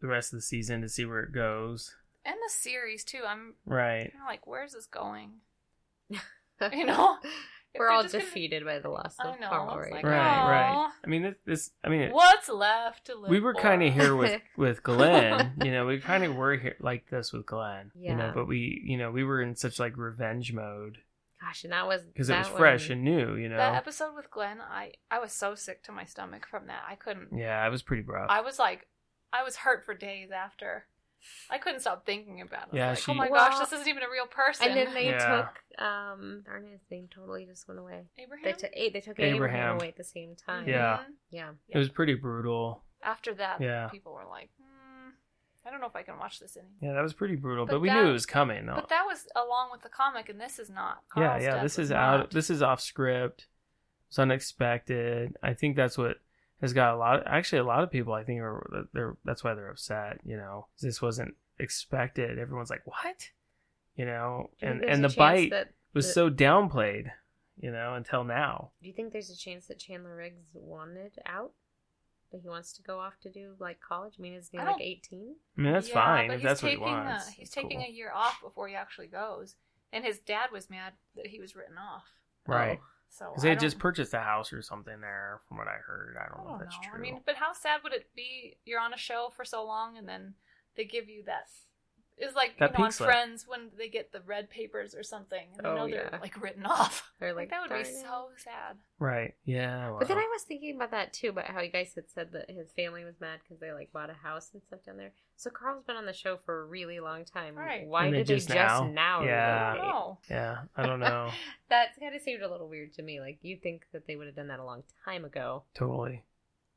Speaker 1: the rest of the season to see where it goes.
Speaker 2: And the series too. I'm
Speaker 1: Right.
Speaker 2: kind of like, where's this going? You know? If
Speaker 3: We're
Speaker 2: they're
Speaker 3: all
Speaker 2: just gonna-
Speaker 3: defeated by the loss
Speaker 2: I
Speaker 3: of
Speaker 2: know,
Speaker 3: Carmel
Speaker 2: it's
Speaker 3: right
Speaker 2: like,
Speaker 3: now.
Speaker 1: Right, right.
Speaker 2: Aw.
Speaker 1: I mean, this, this I mean, it-
Speaker 2: What's left to live?
Speaker 1: we were
Speaker 2: for?
Speaker 1: kind of here with with Glenn, you know, we kind of were here like this with Glenn, you know,
Speaker 3: Yeah.
Speaker 1: but we, you know, we were in such like revenge mode
Speaker 3: Gosh, and that was
Speaker 1: because it was
Speaker 3: that
Speaker 1: fresh
Speaker 3: one-
Speaker 1: and new, you know.
Speaker 2: that episode with Glenn. I I was so sick to my stomach from that. I couldn't.
Speaker 1: yeah, it was pretty rough.
Speaker 2: I was like, I was hurt for days after. I couldn't stop thinking about it. I was
Speaker 1: Yeah,
Speaker 2: like,
Speaker 1: she-
Speaker 2: oh my
Speaker 3: Well,
Speaker 2: gosh, this isn't even a real person.
Speaker 3: and then they
Speaker 1: Yeah.
Speaker 3: took um, darn it, his name totally just went away.
Speaker 2: Abraham.
Speaker 3: They took eight. They took
Speaker 1: Abraham.
Speaker 3: Abraham. away at the same time.
Speaker 1: Yeah.
Speaker 2: Mhm.
Speaker 3: yeah.
Speaker 1: It was pretty brutal.
Speaker 2: After that,
Speaker 1: Yeah.
Speaker 2: people were like, hmm, I don't know if I can watch this anymore.
Speaker 1: Yeah, that was pretty brutal, but,
Speaker 2: But
Speaker 1: we
Speaker 2: that-
Speaker 1: knew it was coming though.
Speaker 2: But that was along with the comic, and this is not.
Speaker 1: yeah,
Speaker 2: Carl's
Speaker 1: yeah,
Speaker 2: death
Speaker 1: this
Speaker 2: was
Speaker 1: is out
Speaker 2: not.
Speaker 1: this is off script. It's unexpected. I think that's what has got a lot actually a lot of people I think are they're that's why they're upset, you know. 'cause This wasn't expected. Everyone's like, "What?" You know,
Speaker 3: Do you
Speaker 1: and
Speaker 3: think there's
Speaker 1: and the
Speaker 3: a chance
Speaker 1: bite
Speaker 3: That,
Speaker 1: was
Speaker 3: that-
Speaker 1: so downplayed, you know, until now.
Speaker 3: Do you think there's a chance that Chandler Riggs wanted out? That he wants to go off to do like college? I mean, isn't he
Speaker 2: I
Speaker 3: like
Speaker 2: don't-
Speaker 3: eighteen?
Speaker 1: I mean, that's
Speaker 2: Yeah,
Speaker 1: fine
Speaker 2: but
Speaker 1: if
Speaker 2: he's
Speaker 1: that's what he
Speaker 2: taking a-
Speaker 1: wants.
Speaker 2: he's
Speaker 1: That's
Speaker 2: taking
Speaker 1: cool.
Speaker 2: a year off before he actually goes, and his dad was mad that he was written off.
Speaker 1: right.
Speaker 3: Oh.
Speaker 2: So
Speaker 1: Because
Speaker 2: I
Speaker 1: they had just
Speaker 2: don't-
Speaker 1: purchased a house or something there, from what I heard. I don't know if that's
Speaker 2: know.
Speaker 1: true.
Speaker 2: I mean, but how sad would it be? You're on a show for so long, and then they give you that. It's like
Speaker 1: That
Speaker 2: you know,
Speaker 1: pink
Speaker 2: on
Speaker 1: slip.
Speaker 2: Friends when they get the red papers or something, and you
Speaker 3: Oh,
Speaker 2: know they're
Speaker 3: yeah.
Speaker 2: like written off.
Speaker 3: They're
Speaker 2: Like, that would
Speaker 3: "Darn
Speaker 2: be
Speaker 3: it."
Speaker 2: so sad.
Speaker 1: right. Yeah.
Speaker 3: But then
Speaker 1: wow.
Speaker 3: I was thinking about that too, about how you guys had said that his family was mad because they like bought a house and stuff down there. So Carl's been on the show for a really long time.
Speaker 2: Right.
Speaker 3: Why
Speaker 1: And they
Speaker 3: did they
Speaker 1: just
Speaker 3: just
Speaker 1: now-
Speaker 3: now?
Speaker 1: Yeah.
Speaker 2: I
Speaker 3: relocate?
Speaker 2: don't know.
Speaker 1: Yeah, I don't know.
Speaker 3: That's kind of seemed a little weird to me. Like you think that they would have done that a long time ago,
Speaker 1: totally.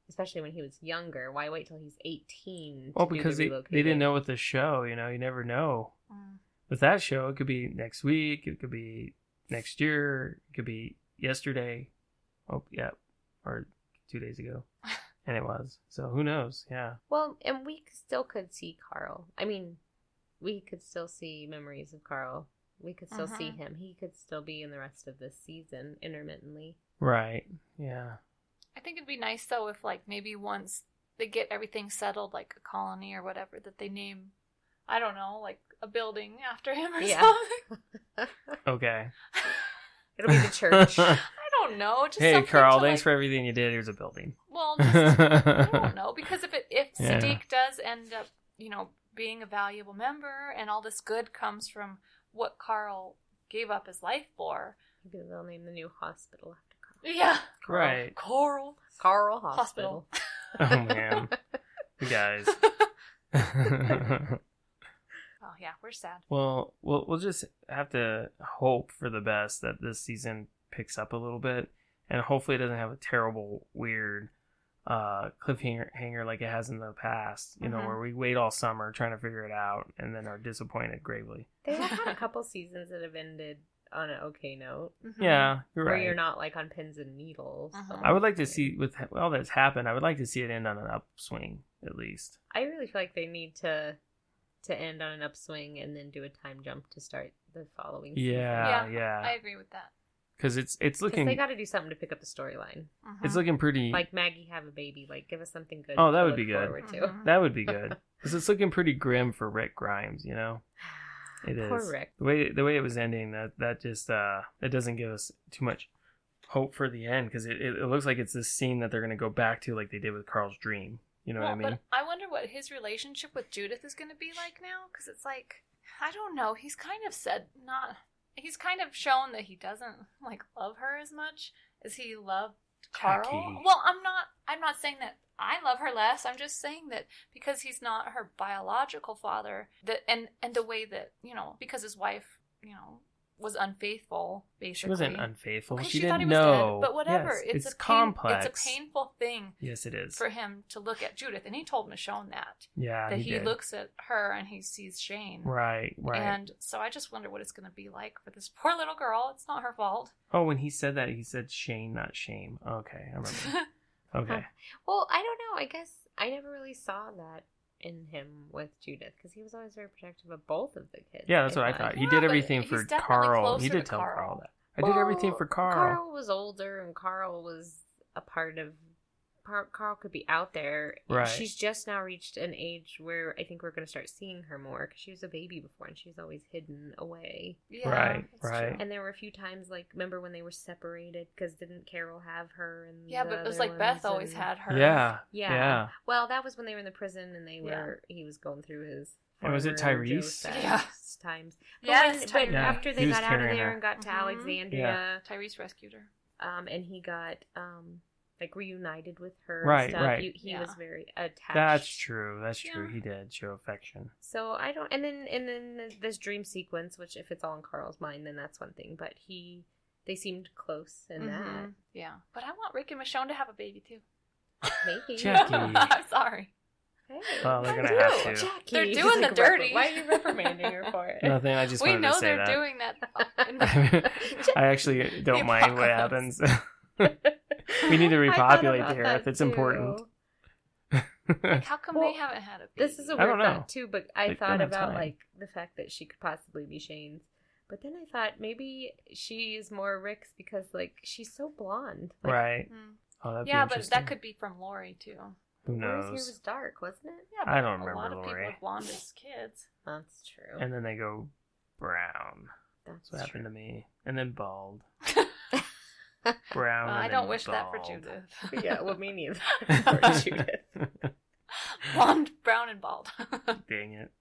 Speaker 3: especially when he was younger. Why wait till he's eighteen?
Speaker 1: Well,
Speaker 3: to do the
Speaker 1: because they, they
Speaker 3: relocating?
Speaker 1: didn't know with the show, you know, you never know.
Speaker 2: Mm.
Speaker 1: With that show, it could be next week, it could be next year, it could be yesterday. Oh, yeah, or two days ago. And it was. So who knows? Yeah.
Speaker 3: Well, and we c- still could see Carl. I mean, we could still see memories of Carl. We could still see
Speaker 2: Mhm.
Speaker 3: him. He could still be in the rest of this season intermittently.
Speaker 1: Right. Yeah.
Speaker 2: I think it'd be nice though if like maybe once they get everything settled, like a colony or whatever, that they name, I don't know, like a building after him or
Speaker 3: Yeah.
Speaker 2: something.
Speaker 1: Okay.
Speaker 3: It'll be the church.
Speaker 2: I don't know. Just
Speaker 1: hey,
Speaker 2: something
Speaker 1: Carl,
Speaker 2: to,
Speaker 1: thanks
Speaker 2: like,
Speaker 1: for everything you did. Here's a building.
Speaker 2: Well, just, I don't
Speaker 1: right.
Speaker 2: know because if it if
Speaker 1: Yeah.
Speaker 2: Sadiq does end up, you know, being a valuable member and all this good comes from what Carl gave up his life for.
Speaker 3: Maybe they'll name the new hospital after Carl.
Speaker 2: Yeah,
Speaker 3: Carl.
Speaker 2: Coral.
Speaker 3: Carl
Speaker 2: Hospital.
Speaker 3: Hospital.
Speaker 1: Oh, man. You guys.
Speaker 2: Oh yeah, we're sad.
Speaker 1: Well, we'll we'll just have to hope for the best that this season picks up a little bit, and hopefully it doesn't have a terrible, weird uh, cliffhanger hanger like it has in the past. You
Speaker 3: Mm-hmm.
Speaker 1: know,
Speaker 2: Mhm.
Speaker 1: where we wait all summer trying to figure it out, and then are disappointed gravely.
Speaker 3: They have had a couple seasons that have ended on an okay note,
Speaker 2: Mhm.
Speaker 1: Yeah, you're
Speaker 3: where
Speaker 1: right.
Speaker 3: Mm-hmm. you're not like on pins and needles.
Speaker 2: Uh-huh.
Speaker 1: I would like to see with all that's happened. I would like to see it end on an upswing at least.
Speaker 3: I really feel like they need to to end on an upswing and then do a time jump to start the following. season.
Speaker 1: Yeah,
Speaker 2: Yeah,
Speaker 1: yeah,
Speaker 2: I agree with that.
Speaker 1: because it's it's
Speaker 3: 'Cause
Speaker 1: looking
Speaker 3: they got to do something to pick up the storyline.
Speaker 2: Mhm.
Speaker 1: it's looking pretty.
Speaker 3: Like Maggie have a baby. Like give us something good.
Speaker 1: Oh, that
Speaker 3: to
Speaker 1: would
Speaker 3: look
Speaker 1: be good.
Speaker 3: Forward to.
Speaker 2: Mhm.
Speaker 1: that would be good because it's looking pretty grim for Rick Grimes. You know.
Speaker 2: Mm-hmm.
Speaker 1: It is
Speaker 3: Poor Rick.
Speaker 1: the way the way it was ending. That that just uh that doesn't give us too much hope for the end because it, it, it looks like it's this scene that they're gonna go back to like they did with Carl's dream. You know
Speaker 2: well,
Speaker 1: what I mean?
Speaker 2: But I wonder what his relationship with Judith is going to be like now, because it's like I don't know. He's kind of said not. He's kind of shown that he doesn't like love her as much as he loved Carl.
Speaker 1: Jackie.
Speaker 2: Well, I'm not. I'm not saying that I love her less. I'm just saying that because he's not her biological father, that and and the way that you know because his wife, you know, was unfaithful.
Speaker 1: She
Speaker 2: Basically,
Speaker 1: wasn't unfaithful.
Speaker 2: Okay,
Speaker 1: She, didn't
Speaker 2: thought he was dead,
Speaker 1: know.
Speaker 2: but whatever.
Speaker 1: Yes,
Speaker 2: it's,
Speaker 1: it's,
Speaker 2: a pain,
Speaker 1: complex.
Speaker 2: It's a painful thing
Speaker 1: Yes, it is.
Speaker 2: for him to look at Judith, and he told Michonne that
Speaker 1: yeah,
Speaker 2: that
Speaker 1: he,
Speaker 2: he,
Speaker 1: did.
Speaker 2: looks at her and he sees Shane.
Speaker 1: right, right.
Speaker 2: And so I just wonder what it's going to be like for this poor little girl. It's not her fault.
Speaker 1: oh, when he said that, he said Shane, not shame. Okay, I remember. Okay,
Speaker 2: Oh,
Speaker 3: Well, I don't know. I guess I never really saw that in him with Judith because he was always very protective of both of the kids.
Speaker 1: Yeah, that's what I thought. He did
Speaker 2: Yeah, but
Speaker 1: everything for
Speaker 2: he's definitely
Speaker 1: Carl. He
Speaker 2: closer
Speaker 1: did
Speaker 2: to
Speaker 1: tell Carl.
Speaker 2: Carl.
Speaker 1: that. I did everything
Speaker 3: Well,
Speaker 1: for Carl.
Speaker 3: Carl was older, and Carl was a part of. Par- Carl could be out there.
Speaker 1: Right.
Speaker 3: She's just now reached an age where I think we're going to start seeing her more because she was a baby before, and she's always hidden away.
Speaker 2: Yeah,
Speaker 1: Right,
Speaker 2: that's true.
Speaker 1: right.
Speaker 3: And there were a few times, like remember when they were separated because didn't Carol have her? And
Speaker 2: Yeah,
Speaker 3: the
Speaker 2: but it was
Speaker 3: other
Speaker 2: like Beth
Speaker 3: ones,
Speaker 2: always
Speaker 3: and-
Speaker 2: had her.
Speaker 1: Yeah,
Speaker 3: Yeah.
Speaker 1: yeah.
Speaker 3: Well, that was when they were in the prison and they
Speaker 2: Yeah.
Speaker 3: were. He was going through his.
Speaker 1: And was it
Speaker 3: former
Speaker 1: Tyrese?
Speaker 3: Joseph's
Speaker 2: Yeah.
Speaker 3: Times. But
Speaker 2: Yes,
Speaker 3: when-
Speaker 2: Tyrese.
Speaker 3: when-
Speaker 1: Yeah,
Speaker 3: after they
Speaker 1: he was
Speaker 3: got out of
Speaker 1: carrying
Speaker 3: there
Speaker 1: her.
Speaker 3: and got to
Speaker 2: Mhm.
Speaker 3: Alexandria,
Speaker 2: Tyrese rescued her.
Speaker 3: um, and he got um like reunited with her. and
Speaker 1: Right,
Speaker 3: stuff.
Speaker 1: right.
Speaker 3: He, he
Speaker 2: Yeah.
Speaker 3: was very attached.
Speaker 1: That's true. That's true.
Speaker 2: Yeah.
Speaker 1: He did show affection.
Speaker 3: So I don't, and then and then this dream sequence, which if it's all in Carl's mind, then that's one thing. But he, they seemed close in that.
Speaker 2: Mhm. Yeah, but I want Rick and Michonne to have a baby too.
Speaker 3: Maybe.
Speaker 1: Jackie.
Speaker 2: I'm sorry.
Speaker 3: Hey.
Speaker 1: Well, they're gonna
Speaker 3: No,
Speaker 1: have to.
Speaker 3: Jackie.
Speaker 2: They're
Speaker 3: He's
Speaker 2: doing the
Speaker 3: "Repri-
Speaker 2: dirty."
Speaker 3: Why are you reprimanding her for it?
Speaker 1: Nothing. I just
Speaker 2: Eh, we
Speaker 1: wanted to
Speaker 2: know
Speaker 1: say
Speaker 2: they're
Speaker 1: that.
Speaker 2: doing that. in
Speaker 1: I actually don't
Speaker 2: The
Speaker 1: mind what
Speaker 2: apocalypse.
Speaker 1: happens. We need to
Speaker 3: I thought
Speaker 1: repopulate
Speaker 3: about
Speaker 1: the
Speaker 3: that
Speaker 1: earth. It's important.
Speaker 3: too.
Speaker 2: Like, how come
Speaker 3: Well,
Speaker 2: they haven't had a baby?
Speaker 3: This is a
Speaker 1: I
Speaker 3: weird
Speaker 1: don't know.
Speaker 3: thought too, but I
Speaker 1: Like,
Speaker 3: thought
Speaker 1: don't have
Speaker 3: about
Speaker 1: time.
Speaker 3: like the fact that she could possibly be Shane's. But then I thought maybe she is more Rick's because like she's so blonde. Like,
Speaker 1: right.
Speaker 2: Mm.
Speaker 1: Oh, that'd be
Speaker 2: Yeah, but
Speaker 1: interesting.
Speaker 2: that could be from Lori too.
Speaker 1: Who
Speaker 3: Laura's hair was
Speaker 1: knows?
Speaker 3: dark, wasn't it?
Speaker 2: Yeah,
Speaker 1: I
Speaker 2: but
Speaker 1: don't
Speaker 2: A lot
Speaker 1: remember
Speaker 2: of people
Speaker 1: Lori.
Speaker 2: with blonde as kids.
Speaker 3: That's true.
Speaker 1: And then they go brown.
Speaker 3: That's
Speaker 1: That's what happened
Speaker 3: true.
Speaker 1: to me. And then bald.
Speaker 2: Well,
Speaker 1: Brown. and
Speaker 2: Uh, I
Speaker 1: then
Speaker 2: don't wish that for
Speaker 1: bald.
Speaker 2: Judith.
Speaker 3: yeah, well, me neither. Poor Judith.
Speaker 2: blonde, brown, and bald.
Speaker 1: Dang it.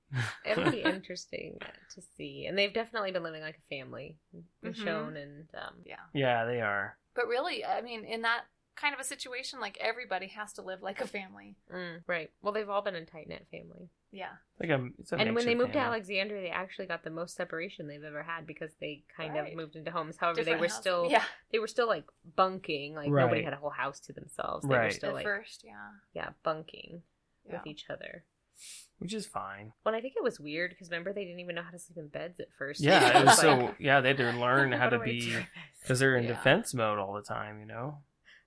Speaker 3: It'll be interesting to see. And they've definitely been living like a family, Michonne and um,
Speaker 2: yeah,
Speaker 1: yeah, they are.
Speaker 2: but really, I mean, in that kind of a situation, like everybody has to live like a family.
Speaker 3: mm, right. Well, they've all been a tight knit family.
Speaker 2: Yeah,
Speaker 1: Like a, it's a
Speaker 3: and
Speaker 1: makeshift
Speaker 3: when they moved to
Speaker 1: family.
Speaker 3: Alexandria, they actually got the most separation they've ever had because they kind
Speaker 2: Right.
Speaker 3: of moved into homes. However,
Speaker 2: Different
Speaker 3: they were
Speaker 2: house-
Speaker 3: still
Speaker 2: yeah
Speaker 3: they were still like bunking. Like nobody
Speaker 1: Right.
Speaker 3: had a whole house to themselves. They were
Speaker 1: Right.
Speaker 3: still
Speaker 2: at
Speaker 3: like
Speaker 2: first, yeah.
Speaker 3: yeah bunking
Speaker 2: yeah.
Speaker 3: with each other.
Speaker 1: which is fine.
Speaker 3: Well, I think it was weird because remember they didn't even know how to sleep in beds at first.
Speaker 1: Yeah, it was so.
Speaker 3: like,
Speaker 1: Yeah, they had to learn how
Speaker 3: what
Speaker 1: to
Speaker 3: do I do
Speaker 1: be
Speaker 3: with
Speaker 1: because
Speaker 3: this?
Speaker 1: they're in
Speaker 2: Yeah.
Speaker 1: defense mode all the time. You know.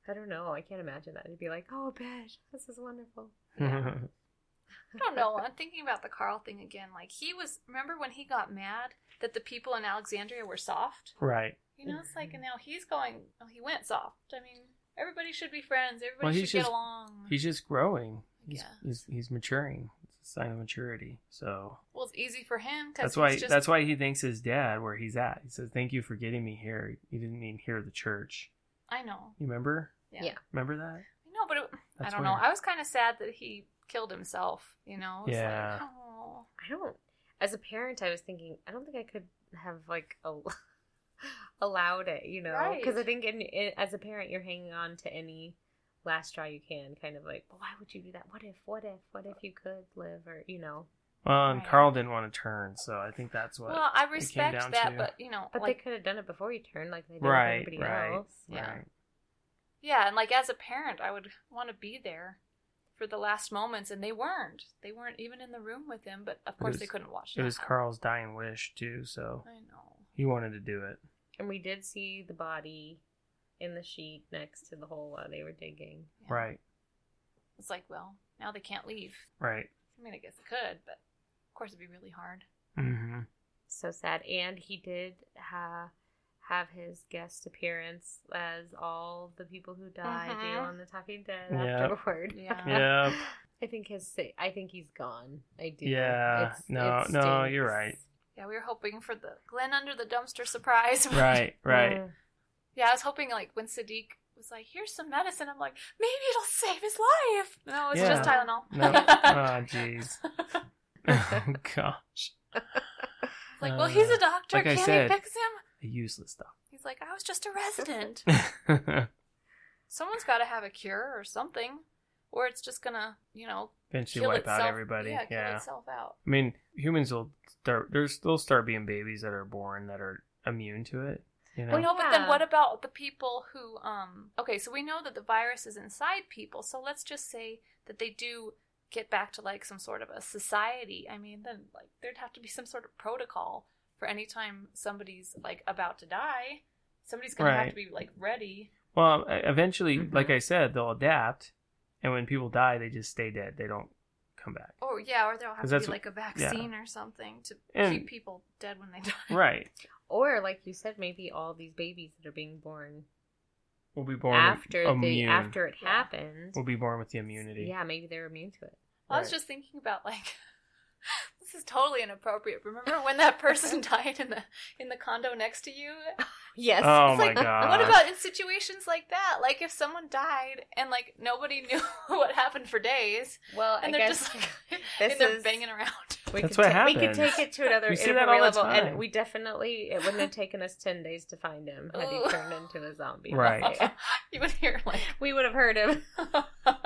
Speaker 3: I don't know. I can't imagine that. It'd be like, oh, bed. This is wonderful.
Speaker 2: I don't know. I'm thinking about the Carl thing again. Like he was. Remember when he got mad that the people in Alexandria were soft?
Speaker 1: right.
Speaker 2: You know, it's like
Speaker 1: Mm-hmm.
Speaker 3: Mhm.
Speaker 2: now he's going. Oh, he went soft. I mean, everybody should be friends. Everybody
Speaker 1: Well, he's
Speaker 2: should get
Speaker 1: just-
Speaker 2: along.
Speaker 1: He's just growing. He's,
Speaker 2: Yeah.
Speaker 1: he's he's maturing. It's a sign of maturity. So
Speaker 2: well, it's easy for him because
Speaker 1: that's why
Speaker 2: Just,
Speaker 1: that's why he thanks his dad where he's at. He says, "Thank you for getting me here. You didn't mean here the church.
Speaker 2: I know.
Speaker 1: You remember?
Speaker 2: Yeah.
Speaker 3: Yeah.
Speaker 1: Remember that?
Speaker 2: I know, but it, I
Speaker 1: That's
Speaker 2: don't know.
Speaker 1: weird.
Speaker 2: I was kind of sad that he killed himself. You know. It's
Speaker 1: Yeah.
Speaker 2: Like, oh.
Speaker 3: I don't. As a parent, I was thinking, I don't think I could have like a, allowed it, you know, because I
Speaker 2: Right.
Speaker 3: think in, in, as a parent, you're hanging on to any last straw you can, kind of like, well, why would you do that? What if? What if? What if you could live, or you know?
Speaker 1: Well, and
Speaker 2: Right.
Speaker 1: Carl didn't want to turn, so I think that's what.
Speaker 2: Well, I
Speaker 1: came down
Speaker 2: respect that,
Speaker 1: to-
Speaker 2: but you know,
Speaker 3: But
Speaker 2: like
Speaker 3: they could have done it before you turned, like they did
Speaker 1: Right,
Speaker 3: with everybody
Speaker 1: right.
Speaker 3: else.
Speaker 2: yeah.
Speaker 1: Right.
Speaker 2: Yeah, and like as a parent, I would want to be there for the last moments, and they weren't. They weren't even in the room with him, but of course
Speaker 1: was-
Speaker 2: they couldn't watch
Speaker 1: It was
Speaker 2: that.
Speaker 1: Carl's dying wish too, so
Speaker 2: I know.
Speaker 1: he wanted to do it.
Speaker 3: And we did see the body in the sheet next to the hole while they were digging.
Speaker 2: Yeah.
Speaker 1: Right,
Speaker 2: It's like, well, now they can't leave.
Speaker 1: right.
Speaker 2: I mean, I guess they could, but of course it'd be really hard.
Speaker 1: hmm
Speaker 3: so sad. And he did ha- have his guest appearance as all the people who died
Speaker 2: Mhm.
Speaker 3: do on The Talking Dead
Speaker 1: Yeah.
Speaker 3: afterward.
Speaker 2: Yeah.
Speaker 1: Yeah.
Speaker 3: I think his. sa- I think he's gone. I do.
Speaker 1: Yeah.
Speaker 3: It's-
Speaker 1: No,
Speaker 3: it
Speaker 1: no, you're
Speaker 3: stinks.
Speaker 2: Yeah, we were hoping for the Glenn under the dumpster surprise.
Speaker 1: Right, right.
Speaker 3: Mm.
Speaker 2: yeah, I was hoping like when Sadiq was like, "Here's some medicine," I'm like, maybe it'll save his life. No, it's just
Speaker 3: Yeah.
Speaker 2: Tylenol.
Speaker 1: No. Oh, jeez. Oh, Gosh.
Speaker 2: It's like, well, he's
Speaker 1: Uh,
Speaker 2: a doctor.
Speaker 1: like I
Speaker 2: Can
Speaker 1: said-
Speaker 2: he fix him?
Speaker 1: A useless
Speaker 2: He's like, I was just a resident.
Speaker 1: dog.
Speaker 2: Someone's got to have a cure or something, or it's just gonna, you know,
Speaker 1: Eventually
Speaker 2: kill
Speaker 1: wipe
Speaker 2: itself.
Speaker 1: out everybody.
Speaker 2: Yeah,
Speaker 1: Yeah.
Speaker 2: kill itself out.
Speaker 1: I mean, humans will start. There's they'll start being babies that are born that are immune to it. You know.
Speaker 2: Well, Oh, no, but then
Speaker 3: Yeah.
Speaker 2: what about the people who? um Okay, so we know that the virus is inside people. So let's just say that they do get back to like some sort of a society. I mean, then like there'd have to be some sort of protocol for any time somebody's like about to die. Somebody's gonna have
Speaker 1: Right.
Speaker 2: to be like ready.
Speaker 1: Well, e- eventually,
Speaker 3: Mhm.
Speaker 1: like I said, they'll adapt, and when people die, they just stay dead. They don't come back.
Speaker 2: Or Oh, yeah, or there'll have
Speaker 1: 'Cause
Speaker 2: to be
Speaker 1: that's
Speaker 2: like a vaccine or something to
Speaker 1: And-
Speaker 2: keep people dead when they die.
Speaker 1: Right.
Speaker 3: Or like you said, maybe all these babies that are being born
Speaker 1: We'll be born
Speaker 3: after they
Speaker 1: immune.
Speaker 3: after it
Speaker 2: Yeah.
Speaker 3: happened.
Speaker 1: We'll be born with the immunity.
Speaker 3: Yeah, maybe they're immune to it.
Speaker 2: I was
Speaker 1: Right.
Speaker 2: just thinking about like this is totally inappropriate. Remember when that person died in the in the condo next to you?
Speaker 3: Yes.
Speaker 1: Oh
Speaker 2: It's
Speaker 1: my
Speaker 2: like,
Speaker 1: god.
Speaker 2: What about in situations like that? Like if someone died and like nobody knew what happened for days,
Speaker 3: well, I
Speaker 2: and they're
Speaker 3: guess
Speaker 2: just like
Speaker 3: this
Speaker 2: and they're
Speaker 3: is-
Speaker 2: banging around.
Speaker 3: we
Speaker 1: That's
Speaker 3: could
Speaker 1: what
Speaker 3: ta- we could
Speaker 1: happens.
Speaker 3: take it to another
Speaker 1: We see that all
Speaker 3: inappropriate
Speaker 1: the
Speaker 3: level,
Speaker 1: time.
Speaker 3: and we definitely it wouldn't have taken us ten days to find him had he
Speaker 2: Ooh.
Speaker 3: turned into a zombie.
Speaker 1: Right.
Speaker 2: you would hear like
Speaker 3: we would have heard him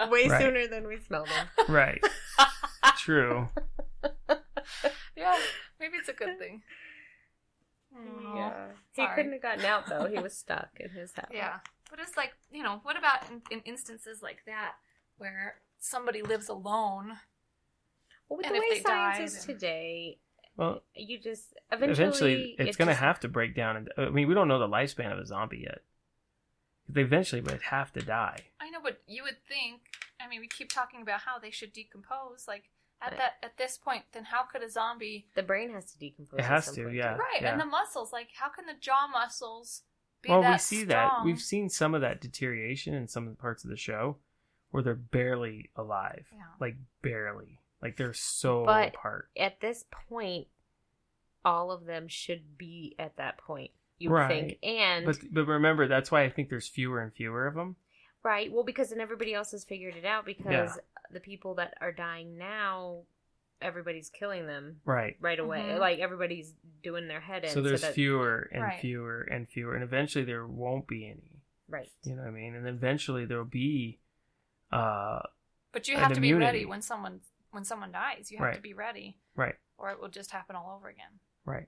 Speaker 3: way
Speaker 1: Right.
Speaker 3: sooner than we smelled him.
Speaker 1: Right. True.
Speaker 2: yeah, Mm. maybe it's a good thing. Aw.
Speaker 3: He
Speaker 2: Sorry.
Speaker 3: couldn't have gotten out though. He was stuck in his house.
Speaker 2: Yeah. But it's like, you know, what about in, in instances like that where somebody lives alone?
Speaker 3: Well, with
Speaker 2: And
Speaker 3: the
Speaker 2: if
Speaker 3: way
Speaker 2: they died
Speaker 3: science is
Speaker 2: and-
Speaker 3: today,
Speaker 1: Well,
Speaker 3: you just
Speaker 1: eventually,
Speaker 3: eventually,
Speaker 1: it's
Speaker 3: it
Speaker 1: going to
Speaker 3: just-
Speaker 1: have to break down. And I mean, we don't know the lifespan of a zombie yet. They eventually would have to die.
Speaker 2: I know, but you would think, I mean, we keep talking about how they should decompose. Like, at
Speaker 3: Right.
Speaker 2: that at this point, then how could a zombie.
Speaker 3: The brain has to decompose.
Speaker 1: It
Speaker 3: at
Speaker 1: has
Speaker 3: some
Speaker 1: to,
Speaker 3: point,
Speaker 1: yeah.
Speaker 3: too.
Speaker 2: Right. And the muscles, like, how can the jaw muscles be
Speaker 1: well,
Speaker 2: that
Speaker 1: we see that
Speaker 2: strong?
Speaker 1: we've seen some of that deterioration in some of the parts of the show where they're barely alive,
Speaker 2: Yeah.
Speaker 1: like barely, like they're so
Speaker 3: But-
Speaker 1: apart.
Speaker 3: At this point, all of them should be at that point. You would think, and
Speaker 1: But but remember, that's why I think there's fewer and fewer of them.
Speaker 3: right, well, because then everybody else has figured it out because the people that are dying now, everybody's killing them
Speaker 1: Right.
Speaker 3: right away.
Speaker 2: Mhm.
Speaker 3: Like everybody's doing their head in.
Speaker 1: So there's
Speaker 3: that,
Speaker 1: fewer and
Speaker 2: Right.
Speaker 1: fewer and fewer, and eventually there won't be any.
Speaker 3: right.
Speaker 1: You know what I mean? And eventually there'll be, uh,
Speaker 2: But you
Speaker 1: an
Speaker 2: have to be
Speaker 1: immunity.
Speaker 2: ready when someone when someone dies. You have to
Speaker 1: Right.
Speaker 2: be ready,
Speaker 1: right,
Speaker 2: or it will just happen all over again.
Speaker 1: right.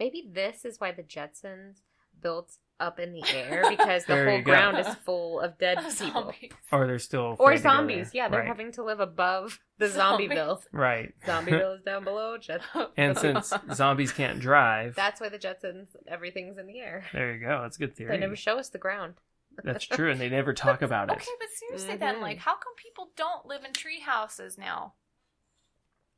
Speaker 3: Maybe this is why the Jetsons built up in the air because the
Speaker 1: There
Speaker 3: whole
Speaker 1: you go.
Speaker 3: ground is full of dead people.
Speaker 2: Zombies.
Speaker 1: Or they're still
Speaker 3: Or
Speaker 1: afraid to go
Speaker 3: zombies.
Speaker 1: there.
Speaker 3: Yeah, they're
Speaker 1: right.
Speaker 3: having to live above the
Speaker 2: Zombies.
Speaker 3: Zombieville.
Speaker 1: right.
Speaker 3: Zombieville is down below. Jet-
Speaker 1: and since zombies can't drive,
Speaker 3: That's why the Jetsons, everything's in the air.
Speaker 1: there you go. That's a good theory.
Speaker 3: They never show us the ground.
Speaker 1: That's true, and they never talk about it.
Speaker 2: Okay, but seriously, then,
Speaker 3: Mhm.
Speaker 2: like, how come people don't live in tree houses now?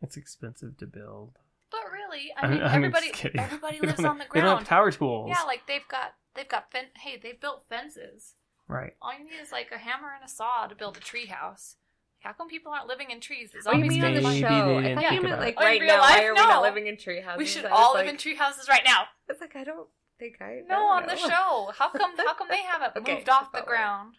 Speaker 1: It's expensive to build.
Speaker 2: But really, I
Speaker 1: I'm-
Speaker 2: mean,
Speaker 1: I'm just
Speaker 2: everybody
Speaker 1: kidding.
Speaker 2: everybody
Speaker 1: They
Speaker 2: lives
Speaker 1: don't-
Speaker 2: on the
Speaker 1: They don't have
Speaker 2: ground.
Speaker 1: power tools.
Speaker 2: Yeah, like they've got they've got fen- hey, they've built fences.
Speaker 1: right.
Speaker 2: All you need is like a hammer and a saw to build a tree house. How come people aren't living in trees? The
Speaker 3: Oh, you
Speaker 2: zombies
Speaker 3: mean on the
Speaker 2: couldn't
Speaker 1: Maybe
Speaker 2: find-
Speaker 3: show?
Speaker 1: they
Speaker 3: I
Speaker 1: didn't
Speaker 3: thought you
Speaker 1: think
Speaker 3: meant
Speaker 1: about it.
Speaker 3: like
Speaker 2: Oh, in
Speaker 3: right
Speaker 2: real
Speaker 3: now. Why
Speaker 2: life?
Speaker 3: are we not
Speaker 2: No.
Speaker 3: living in tree houses?
Speaker 2: We should
Speaker 3: I was
Speaker 2: all live
Speaker 3: like-
Speaker 2: in tree houses right now.
Speaker 3: It's like I don't think I. I
Speaker 2: No,
Speaker 3: don't
Speaker 2: on the
Speaker 3: know.
Speaker 2: show. How come how come they haven't
Speaker 3: Okay,
Speaker 2: moved off the
Speaker 3: follow.
Speaker 2: ground?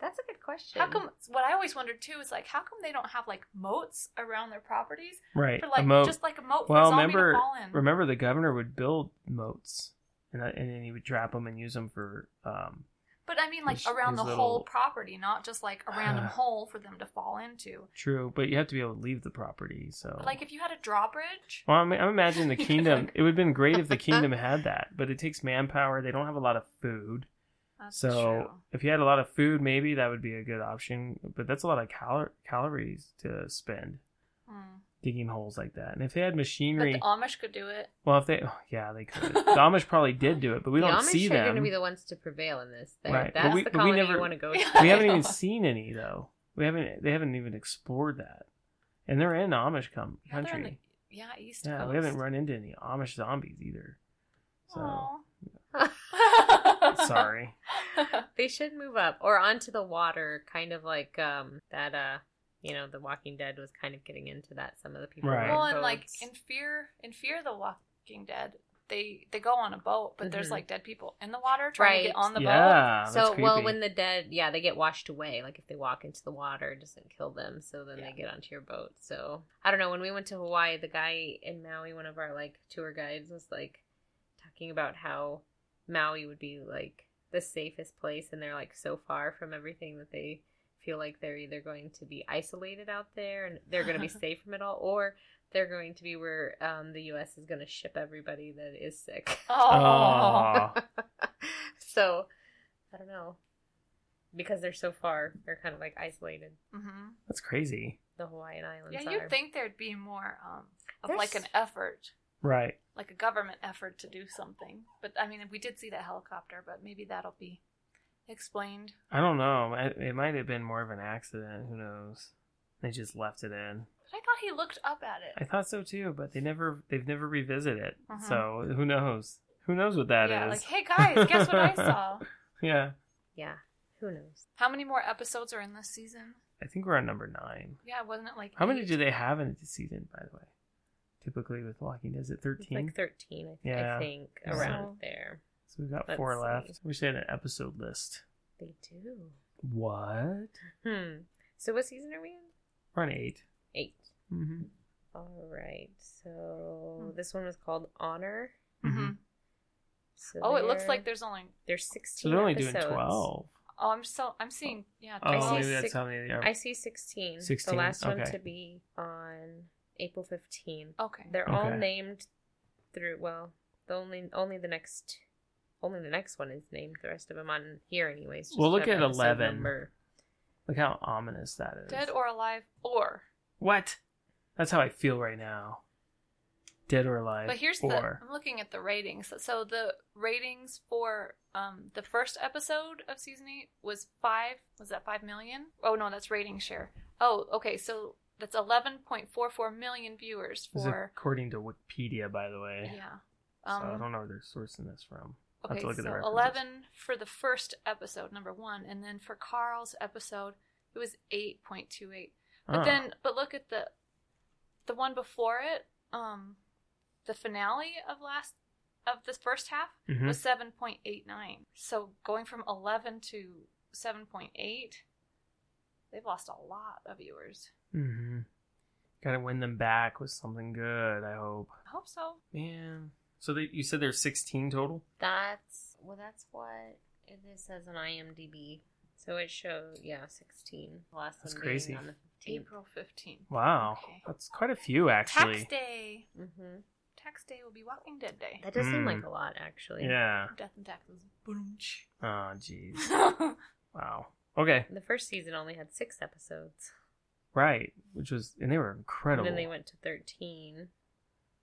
Speaker 3: That's a good question.
Speaker 2: How come what I always wondered too is like how come they don't have like moats around their properties
Speaker 1: Right.
Speaker 2: for like
Speaker 1: A moat.
Speaker 2: just like a moat for
Speaker 1: well,
Speaker 2: a zombie
Speaker 1: remember,
Speaker 2: to fall in?
Speaker 1: remember the governor would build moats, and, that- and then he would trap them and use them for. Um,
Speaker 2: But I mean, like
Speaker 1: His-
Speaker 2: around
Speaker 1: his
Speaker 2: the
Speaker 1: little-
Speaker 2: whole property, not just like a random hole for them to fall into.
Speaker 1: true, but you have to be able to leave the property. So,
Speaker 2: Like if you had a drawbridge,
Speaker 1: well, I'm, I'm imagining the
Speaker 2: You could,
Speaker 1: kingdom.
Speaker 2: like-
Speaker 1: it would have been great if the kingdom had that, but it takes manpower. They don't have a lot of food.
Speaker 2: that's
Speaker 1: so,
Speaker 2: true.
Speaker 1: if you had a lot of food, maybe that would be a good option. But that's a lot of calor calories to spend
Speaker 2: Hmm.
Speaker 1: digging holes like that. And if they had
Speaker 2: But
Speaker 1: machinery,
Speaker 2: the Amish could do it.
Speaker 1: well, if they, oh, yeah, they could. the Amish probably did do it, but we
Speaker 3: the
Speaker 1: don't
Speaker 3: Amish
Speaker 1: see
Speaker 3: are
Speaker 1: them.
Speaker 3: going to be the ones to prevail in this. They're-
Speaker 1: Right, but
Speaker 3: That's
Speaker 1: we-
Speaker 3: the
Speaker 1: but we
Speaker 3: colony
Speaker 1: never-
Speaker 3: you want to go
Speaker 2: We
Speaker 3: to.
Speaker 1: we haven't even seen any though. We haven't. They haven't even explored that, and they're in Amish com-
Speaker 2: Yeah, they're on
Speaker 1: country.
Speaker 2: the- yeah, East
Speaker 1: Yeah,
Speaker 2: Coast.
Speaker 1: we haven't run into any Amish zombies either. So
Speaker 2: Aw.
Speaker 1: sorry.
Speaker 3: They should move up or onto the water, kind of like um that uh you know the Walking Dead was kind of getting into that. Some of the people. were
Speaker 1: Right.
Speaker 3: on
Speaker 2: Well, and like
Speaker 3: boats.
Speaker 2: in Fear, in Fear the Walking Dead, they they go on a boat, but there's
Speaker 3: Mhm.
Speaker 2: like dead people in the water trying to
Speaker 3: Right.
Speaker 2: get on the boat.
Speaker 1: yeah. that's
Speaker 3: so well
Speaker 1: creepy.
Speaker 3: when the dead yeah they get washed away like if they walk into the water it doesn't kill them so then
Speaker 2: Yeah.
Speaker 3: they get onto your boat so i don't know when we went to hawaii the guy in maui one of our like tour guides was like talking about how maui would be like the safest place and they're like so far from everything that they feel like they're either going to be isolated out there and they're going to be safe from it all or they're going to be where um, the us is going to ship everybody that is sick
Speaker 2: Oh,
Speaker 1: Aw.
Speaker 3: so I don't know. Because they're so far, they're kind of like isolated.
Speaker 2: hmm
Speaker 1: that's crazy.
Speaker 3: The Hawaiian Islands.
Speaker 2: yeah.
Speaker 3: are.
Speaker 2: You'd think there'd be more um, of
Speaker 3: There's-
Speaker 2: like an effort.
Speaker 1: Right.
Speaker 2: like a government effort to do something. But I mean, we did see that helicopter, but maybe that'll be explained.
Speaker 1: I don't know. It, it might have been more of an accident. Who knows? They just left it in.
Speaker 2: But I thought he looked up at it.
Speaker 1: I thought so too, but they never they've never revisited it.
Speaker 2: Mhm.
Speaker 3: Uh-huh.
Speaker 1: So who knows? Who knows what that is?
Speaker 2: yeah, like, hey guys, guess what I saw?
Speaker 1: yeah.
Speaker 3: Yeah. Who knows?
Speaker 2: How many more episodes are in this season?
Speaker 1: I think we're on number nine.
Speaker 2: Yeah, wasn't it like
Speaker 1: How many
Speaker 2: eight?
Speaker 1: do they have in a season, by the way? Typically with Walking Dead, is it
Speaker 3: It's
Speaker 1: 13?
Speaker 3: like 13, I, th-
Speaker 1: Yeah.
Speaker 3: I think,
Speaker 1: Yeah.
Speaker 3: around there.
Speaker 1: so we've got
Speaker 3: let's
Speaker 1: four
Speaker 3: see.
Speaker 1: left. We should have an episode list.
Speaker 3: They do.
Speaker 1: What?
Speaker 3: Hmm. So what season are we in?
Speaker 1: We're on 8
Speaker 3: Eight.
Speaker 1: Mm-hmm.
Speaker 3: All right. So
Speaker 2: Hmm.
Speaker 3: this one was called Honor.
Speaker 2: Mhm.
Speaker 3: So
Speaker 2: Oh, it looks
Speaker 3: there-
Speaker 2: like there's only.
Speaker 3: there's 16
Speaker 1: So they're only doing
Speaker 3: episodes.
Speaker 1: 12.
Speaker 2: Oh, I'm so I'm seeing. Yeah,
Speaker 1: Oh,
Speaker 3: see
Speaker 1: maybe
Speaker 2: twelve.
Speaker 1: that's
Speaker 3: six-
Speaker 1: how many are.
Speaker 3: I see 16.
Speaker 1: 16,
Speaker 3: The last one
Speaker 1: okay.
Speaker 3: to be on April 15th.
Speaker 2: Okay.
Speaker 3: They're all
Speaker 1: Okay.
Speaker 3: named through. Well, the only only the next only the next one is named. The rest of them on here, anyways. just
Speaker 1: Well, look
Speaker 3: have
Speaker 1: at
Speaker 3: episode
Speaker 1: 11.
Speaker 3: number.
Speaker 1: Look how ominous that is.
Speaker 2: Dead or alive or.
Speaker 1: What? That's how I feel right now. Dead or alive.
Speaker 2: But here's the
Speaker 1: or...
Speaker 2: I'm looking at the ratings. So the ratings for um the first episode of season 8 was 5 was that 5 million? Oh no, that's rating share. Oh, okay. So that's 11.44 million viewers
Speaker 1: This is
Speaker 2: for
Speaker 1: according to Wikipedia, by the way.
Speaker 2: yeah.
Speaker 1: so I
Speaker 2: Um
Speaker 1: don't know where they're sourcing this from. I'll have
Speaker 2: okay,
Speaker 1: to look at the
Speaker 2: so
Speaker 1: references.
Speaker 2: 11 for the first episode number 1 and then for Carl's episode it was 8.28. But
Speaker 1: Ah.
Speaker 2: then, but look at the the one before it, um, the finale of last of this first half
Speaker 1: Mhm.
Speaker 2: was seven point eight nine. So going from eleven to seven point eight, they've lost a lot of viewers.
Speaker 1: Mm-hmm. Gotta win them back with something good, I hope.
Speaker 2: I hope so.
Speaker 1: Man. So they, you said there's 16 total?
Speaker 3: That's well. That's what it is- says on IMDb. So it shows yeah, 16. The Last
Speaker 1: That's
Speaker 3: one being
Speaker 1: crazy.
Speaker 3: on the 15th.
Speaker 2: April fifteenth.
Speaker 1: Wow.
Speaker 2: Okay.
Speaker 1: That's quite a few, actually.
Speaker 2: Tax day.
Speaker 3: Mm-hmm.
Speaker 2: Tax day will be Walking Dead day.
Speaker 3: That does seem
Speaker 1: Mm.
Speaker 3: like a lot, actually.
Speaker 1: Yeah.
Speaker 2: Death and taxes. Boom-ch.
Speaker 1: Oh, jeez. Wow. Okay.
Speaker 3: The first season only had six episodes,
Speaker 1: Right. Which was, and they were incredible.
Speaker 3: and then they went to 13.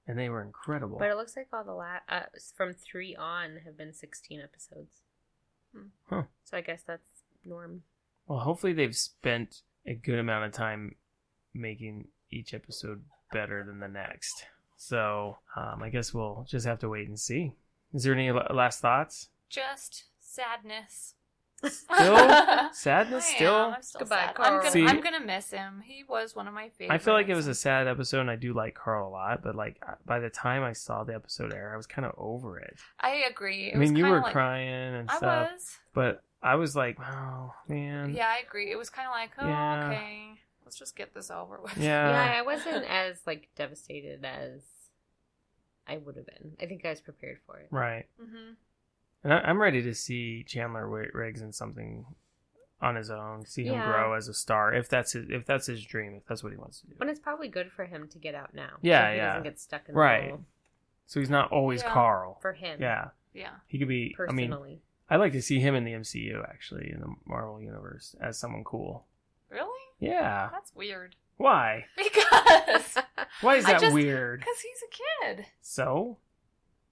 Speaker 1: And they were incredible.
Speaker 3: But it looks like all the la- uh, from three on have been 16 episodes.
Speaker 2: Hmm.
Speaker 1: Huh.
Speaker 3: So I guess that's norm.
Speaker 1: Well, hopefully they've spent a good amount of time making each episode better than the next. So um, I guess we'll just have to wait and see. Is there any la- last thoughts?
Speaker 2: Just sadness.
Speaker 1: Still sadness.
Speaker 2: I am.
Speaker 1: Still,
Speaker 2: I'm still
Speaker 3: Goodbye,
Speaker 2: sad. I'm
Speaker 3: Carl.
Speaker 2: gonna,
Speaker 1: See-
Speaker 2: I'm gonna miss him. He was one of my favorites.
Speaker 1: I feel like it was a sad episode, and I do like Carl a lot. But like I- by the time I saw the episode air, I was kind of over it.
Speaker 2: I agree. It
Speaker 1: I mean,
Speaker 2: was
Speaker 1: you
Speaker 2: kinda
Speaker 1: were
Speaker 2: like,
Speaker 1: crying and
Speaker 2: I
Speaker 1: stuff,
Speaker 2: was.
Speaker 1: but I was like, oh man,
Speaker 2: Yeah, I agree. It was kind of like, oh,
Speaker 1: Yeah.
Speaker 2: okay, let's just get this over with.
Speaker 1: yeah,
Speaker 3: yeah, I wasn't as like devastated as I would have been. I think I was prepared for it.
Speaker 1: right.
Speaker 2: hmm
Speaker 1: And I, I'm ready to see Chandler Wi- Riggs in something on his own, see him
Speaker 3: Yeah.
Speaker 1: grow as a star. If that's his, if that's his dream, if that's what he wants to do.
Speaker 3: But it's probably good for him to get out now.
Speaker 1: Yeah,
Speaker 3: so he
Speaker 1: yeah.
Speaker 3: doesn't get stuck in
Speaker 1: Right.
Speaker 3: the hole
Speaker 1: So he's not always
Speaker 2: Yeah.
Speaker 1: Carl.
Speaker 3: for him.
Speaker 1: Yeah,
Speaker 2: Yeah.
Speaker 1: he could be.
Speaker 3: personally.
Speaker 1: I mean, I like to see him in the MCU actually, in the Marvel universe, as someone cool.
Speaker 2: Really?
Speaker 1: Yeah.
Speaker 2: That's weird.
Speaker 1: Why?
Speaker 2: Because
Speaker 1: Why is
Speaker 2: I
Speaker 1: that
Speaker 2: just-
Speaker 1: weird?
Speaker 2: because he's a kid.
Speaker 1: So,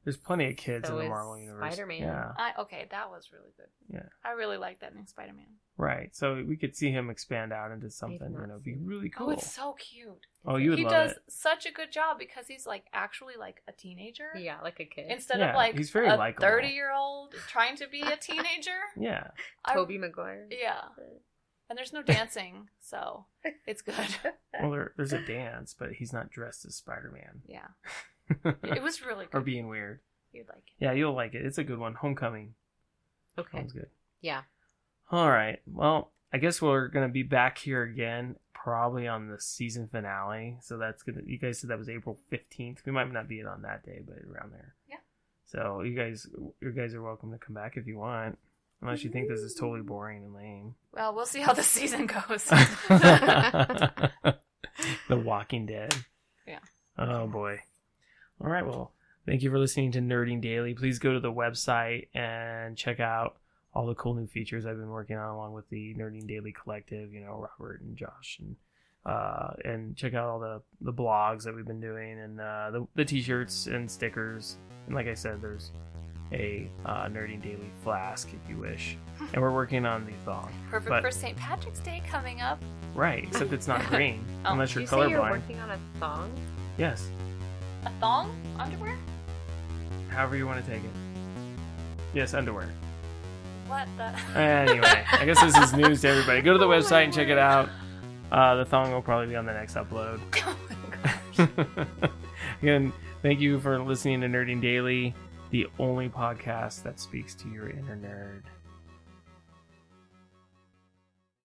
Speaker 1: there's plenty of kids
Speaker 3: So
Speaker 1: in the
Speaker 3: is
Speaker 1: Marvel universe.
Speaker 3: Spider-Man.
Speaker 1: Yeah.
Speaker 2: I okay, that was really good.
Speaker 1: Yeah.
Speaker 2: I really like that new Spider Man.
Speaker 1: Right. So we could see him expand out into something.
Speaker 3: not
Speaker 1: You know, it'd be
Speaker 3: seen it.
Speaker 1: really cool.
Speaker 2: Oh, it's so cute.
Speaker 1: Oh, you would
Speaker 2: he
Speaker 1: love
Speaker 2: does
Speaker 1: it.
Speaker 2: such a good job because he's like actually like a teenager.
Speaker 3: yeah, like a kid.
Speaker 2: Instead
Speaker 1: Yeah,
Speaker 2: of like
Speaker 1: he's very
Speaker 2: a
Speaker 1: likable.
Speaker 2: thirty year old trying to be a teenager.
Speaker 1: Yeah.
Speaker 2: I-
Speaker 3: Toby Maguire.
Speaker 2: um, Yeah. And there's no dancing, so it's good.
Speaker 1: Well, there, there's a dance, but he's not dressed as Spider-Man.
Speaker 2: Yeah. It was really
Speaker 1: or
Speaker 2: good.
Speaker 1: being weird.
Speaker 2: You'd like it.
Speaker 1: Yeah, you'll like it. It's a good one. Homecoming.
Speaker 3: Okay.
Speaker 1: Sounds good.
Speaker 3: Yeah.
Speaker 1: All right. Well, I guess we're gonna be back here again, probably on the season finale. So that's gonna. You guys said that was April fifteenth. We might not be it on that day, but around there.
Speaker 2: Yeah.
Speaker 1: So you guys, you guys are welcome to come back if you want, unless you think this is totally boring and lame.
Speaker 2: Well, we'll see how the season goes.
Speaker 1: the Walking Dead.
Speaker 2: Yeah.
Speaker 1: Oh boy. All right. Well, thank you for listening to Nerding Daily. Please go to the website and check out all the cool new features I've been working on along with the Nerding Daily Collective. You know, Robert and Josh and. Uh, and check out all the, the blogs that we've been doing and uh, the, the t-shirts and stickers and like i said there's a uh, Nerding Daily flask if you wish. And we're working on the thong.
Speaker 2: Perfect
Speaker 1: But-
Speaker 2: for St. Patrick's Day coming up.
Speaker 1: Right, except it's not green.
Speaker 2: Oh,
Speaker 1: unless
Speaker 3: Did
Speaker 1: you're
Speaker 3: you say you're
Speaker 1: colorblind.
Speaker 3: working on a thong?
Speaker 1: yes,
Speaker 2: A thong? Underwear?
Speaker 1: however you want to take it. Yes, underwear.
Speaker 2: What the?
Speaker 1: Anyway, I guess this is news to everybody. Go to the
Speaker 2: Oh my
Speaker 1: website and check it
Speaker 2: word.
Speaker 1: out. Uh, the thong will probably be on the next upload. Uh, Again, thank you for listening to Nerding Daily, the only podcast that speaks to your inner nerd.